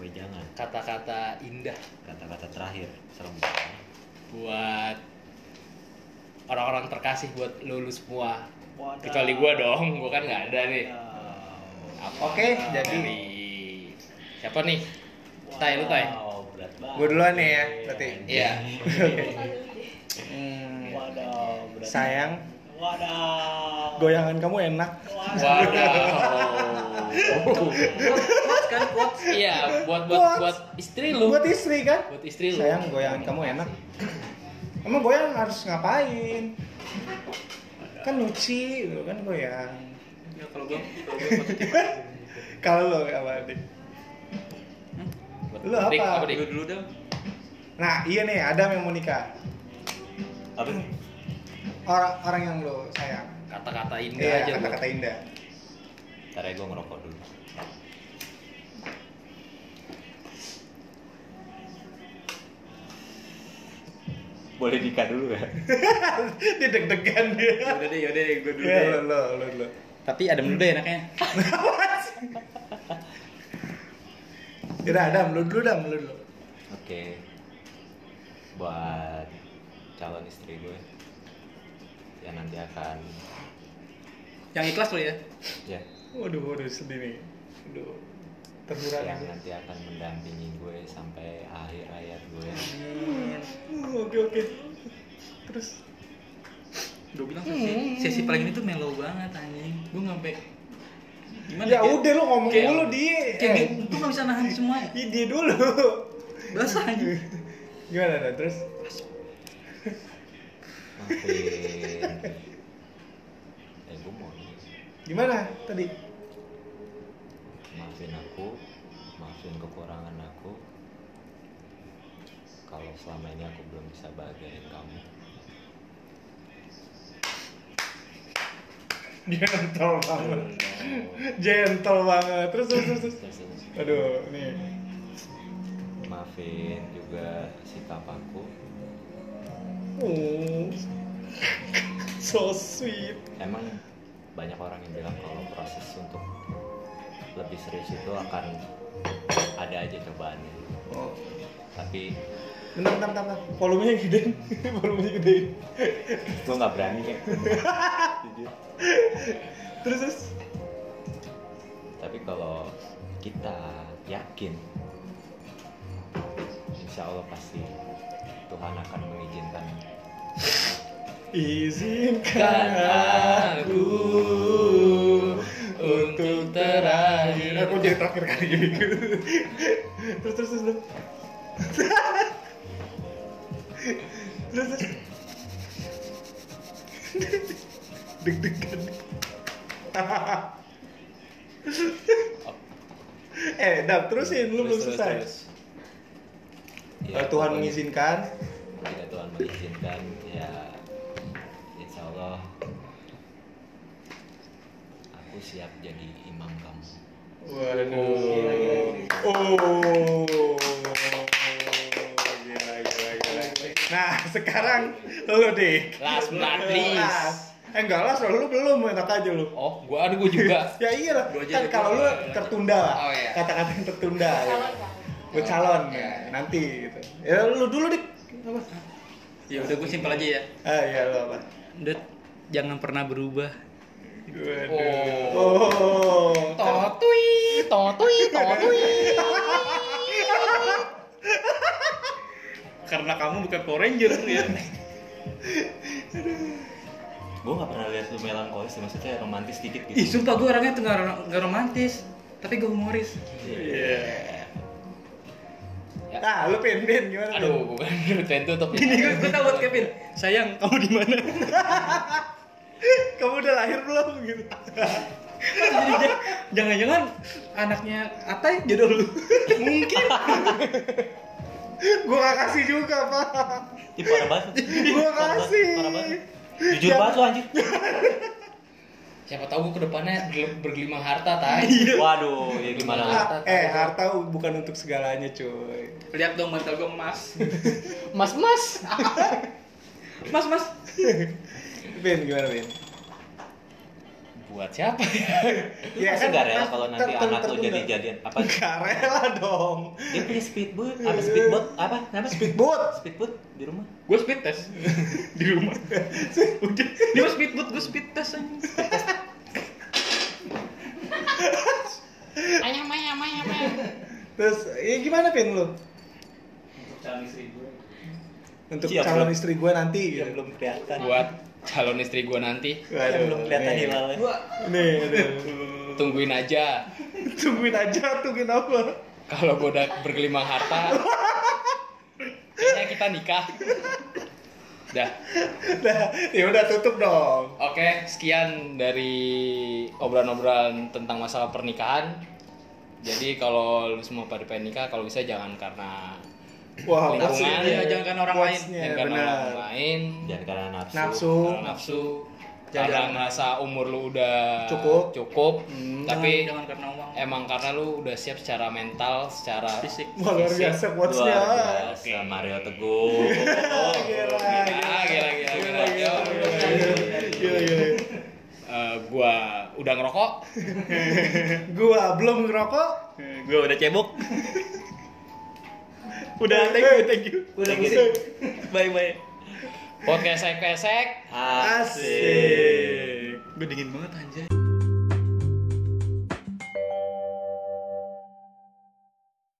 Speaker 3: Woi jangan
Speaker 1: Kata-kata indah
Speaker 3: kata-kata terakhir serem banget.
Speaker 1: buat orang-orang terkasih buat lulus semua kecuali gua dong gua kan nggak ada nih Apa?
Speaker 2: Oke, jadi-
Speaker 1: Dari- siapa nih Tai, lu, Tai.
Speaker 3: Wow, berat banget.
Speaker 2: Gua duluan nih ya, berarti.
Speaker 1: ya? Iya.
Speaker 2: Hmm.
Speaker 3: Waduh, berat.
Speaker 2: Sayang,
Speaker 3: Waduh.
Speaker 2: goyangan kamu enak.
Speaker 1: waduh
Speaker 3: Oh.
Speaker 4: Quotes kan quotes.
Speaker 1: iya buat buat
Speaker 2: What?
Speaker 1: buat istri lu
Speaker 2: Buat istri kan?
Speaker 1: buat istri lu
Speaker 2: Sayang, goyangan kamu enak. Emang goyang harus ngapain? Kan nyuci, lu kan goyang.
Speaker 4: Ya kalau gue kalau gue positif.
Speaker 2: Kalau lo apa dik?
Speaker 1: Buat
Speaker 2: Lu apa?
Speaker 1: Dik, Dik?
Speaker 4: Dulu dulu dah.
Speaker 2: Nah iya nih Adam yang mau nikah.
Speaker 3: Apa sih?
Speaker 2: Orang orang yang lo sayang.
Speaker 1: kata-kata indah aja
Speaker 2: Iya
Speaker 1: buat-
Speaker 2: kata-kata indah.
Speaker 3: Ntar ya gua ngerokok dulu. Boleh nikah dulu ya?
Speaker 2: dia deg-degan dia.
Speaker 4: Udah deh, yaudah deh, gue dulu
Speaker 2: Iya lo
Speaker 4: deh.
Speaker 2: lo lo lo.
Speaker 4: Tapi ada dulu deh enaknya.
Speaker 2: Yaudah Adam, lu dulu Adam, lu dulu.
Speaker 3: Oke. Buat calon istri gue yang nanti akan
Speaker 4: Yang ikhlas lo ya.
Speaker 3: ya
Speaker 2: Waduh, waduh sedih nih. Aduh, terburan
Speaker 3: yang
Speaker 2: aku.
Speaker 3: nanti akan mendampingi gue sampai akhir hayat gue.
Speaker 2: Uh, Oke oke. Terus
Speaker 4: Gue bilang sesi, sesi paling ini tuh mellow banget anjing. Gue sampai gimana
Speaker 2: ya udah lu ngomong
Speaker 1: kayak-
Speaker 2: dulu dia.
Speaker 4: Kayak gitu, gue gak bisa nahan semua.
Speaker 2: Ih, dia dulu.
Speaker 4: Basah anjing.
Speaker 2: Gimana Dan? Terus?
Speaker 3: Maafin. eh gue mau nih.
Speaker 2: Gimana tadi?
Speaker 3: maafin aku maafin kekurangan aku kalau selama ini aku belum bisa bahagiain kamu
Speaker 2: Gentle banget. Gentle banget. Terus terus terus. terus.
Speaker 3: Terus- terus.
Speaker 2: Aduh, nih.
Speaker 3: maafin juga sikap aku
Speaker 2: Oh. So sweet.
Speaker 3: emang banyak orang yang bilang kalau proses untuk lebih serius itu akan ada aja cobaannya
Speaker 2: Oh.
Speaker 3: tapi
Speaker 2: Bentar, bentar, bentar, bentar. Volumenya gedein. Volumenya gedein.
Speaker 3: gue nggak berani ya Jujur.
Speaker 2: Terus, terus.
Speaker 3: Tapi kalau kita yakin, insya Allah pasti Tuhan akan mengizinkan.
Speaker 2: Izinkan
Speaker 1: Kan
Speaker 2: aku
Speaker 1: aku untuk terakhir
Speaker 2: Aku Eh, jadi terakhir kali jadi Terus, terus, terus terus. Terus, terus Deg-degan Eh, Dap, terusin, lu belum
Speaker 1: Terus, terus,
Speaker 2: selesai
Speaker 1: terus.
Speaker 3: Ya,
Speaker 2: Eh, Tuhan
Speaker 3: pokoknya
Speaker 2: mengizinkan
Speaker 3: Jika Tuhan mengizinkan, ya insya Allah aku siap jadi imam kamu.
Speaker 2: Waduh.
Speaker 1: Gila, gila,
Speaker 2: Oh. Gila, gila, gila. Nah, sekarang lu deh.
Speaker 1: last but not least
Speaker 2: Eh enggak lah, soalnya lu belum enak aja lu.
Speaker 1: oh gua aduh gua juga
Speaker 2: Ya iya lah.
Speaker 4: Gua aja
Speaker 2: Kan
Speaker 4: deh,
Speaker 2: kalau
Speaker 4: gua.
Speaker 2: lu tertunda lah.
Speaker 1: Oh, iya.
Speaker 2: Kata-kata yang tertunda. Ya.
Speaker 5: Calon kamu.
Speaker 2: Lu calon ya,
Speaker 1: Iya.
Speaker 2: nanti gitu. Ya lu dulu dik. Apa?
Speaker 4: Ya udah gue simpel aja ya.
Speaker 2: Ah iya lu apa?
Speaker 4: Dut, jangan pernah berubah.
Speaker 2: Waduh.
Speaker 1: Oh.
Speaker 2: Oh.
Speaker 1: totui totui totui
Speaker 4: Karena kamu bukan Power Ranger ya.
Speaker 3: gue nggak pernah lihat lu melankolis sih, maksudnya romantis dikit gitu
Speaker 4: Ih, sumpah gue orangnya tuh gak, gak romantis, tapi gue humoris.
Speaker 1: Ya.
Speaker 2: Ah, lu pin pin gimana? Pin?
Speaker 1: Aduh, bukan Ruben tuh tapi
Speaker 4: Ini gue, gue tau buat Kevin. Sayang, kamu di mana?
Speaker 2: kamu udah lahir belum gitu?
Speaker 4: Kan Jadi j- Jangan-jangan anaknya Atai jodoh lu.
Speaker 1: mungkin
Speaker 2: gua gak kasih juga pak.
Speaker 3: Ih, parah banget
Speaker 2: Gua
Speaker 3: Parah banget,
Speaker 2: kasih.
Speaker 3: parah banget jujur
Speaker 2: Jangan-
Speaker 3: banget lu anjir
Speaker 1: siapa tahu gue kedepannya bergel- bergelimang harta tai.
Speaker 2: Iya.
Speaker 3: waduh ya gimana
Speaker 2: Ah, eh harta bukan untuk segalanya cuy.
Speaker 4: Lihat dong mantel gue emas.
Speaker 1: Mas mas.
Speaker 4: Mas, mas.
Speaker 2: Pin gimana pin?
Speaker 1: Buat siapa ya?
Speaker 2: Iya, kan?
Speaker 3: Lu masih gak rela kalau nanti anak lu jadi
Speaker 2: jadi
Speaker 3: jadian apa
Speaker 2: Gak rela dong.
Speaker 3: dia punya speedboat apa speedboat apa apa
Speaker 2: Speedboat.
Speaker 3: speedboat di rumah
Speaker 4: Gue speed test di rumah. Udah, dia mah speed boot, gue speed test aja.
Speaker 1: Ayam ayam ayam ayam.
Speaker 2: Terus ya gimana pin lu? Untuk
Speaker 3: Iya,
Speaker 2: calon
Speaker 3: belum.
Speaker 2: istri gue nanti gitu.
Speaker 3: yang Iya, belum kelihatan
Speaker 1: Buat calon istri gue nanti
Speaker 3: yang Kan belum kelihatan
Speaker 2: nih.
Speaker 3: hilalnya
Speaker 4: Gue
Speaker 2: Nih, aduh.
Speaker 1: tungguin aja.
Speaker 2: tungguin aja, tungguin apa?
Speaker 1: Kalau gue udah bergelimang harta, kayaknya kita nikah. Dah.
Speaker 2: Nah, ya udah tutup dong.
Speaker 1: Oke, sekian dari obrolan-obrolan tentang masalah pernikahan. Jadi kalau lu semua pada pengen nikah, kalau bisa jangan karena
Speaker 2: Wah,
Speaker 1: Lingkungan,
Speaker 2: maksudnya
Speaker 1: iya,
Speaker 4: jangan karena orang
Speaker 2: quotes-nya,
Speaker 1: jangan karena
Speaker 2: benar.
Speaker 1: orang lain,
Speaker 3: jangan karena nafsu
Speaker 2: Nafsu.
Speaker 1: karena nafsu, karena
Speaker 4: Jangan.
Speaker 1: ngerasa umur lu udah
Speaker 2: Cukup. Hmm.
Speaker 1: cukup, tapi
Speaker 4: jangan, jangan karena uang.
Speaker 1: emang karena lu udah siap secara mental, secara
Speaker 4: Fisik.
Speaker 2: Wah, luar biasa
Speaker 3: luar
Speaker 2: quotes-nya.
Speaker 3: biasa Mario Teguh
Speaker 2: Gila,
Speaker 1: Ah, gila, gila, gila.
Speaker 2: gila,
Speaker 1: Yo.
Speaker 2: gila, gila.
Speaker 1: Eh, gua udah ngerokok,
Speaker 2: Gua belum ngerokok.
Speaker 3: gue udah cebok
Speaker 2: Udah, thank you, thank you.
Speaker 3: udah gitu.
Speaker 2: pusing.
Speaker 3: bye bye
Speaker 1: podcast kesek-kesek.
Speaker 2: Asik.
Speaker 4: Gue dingin banget anjay.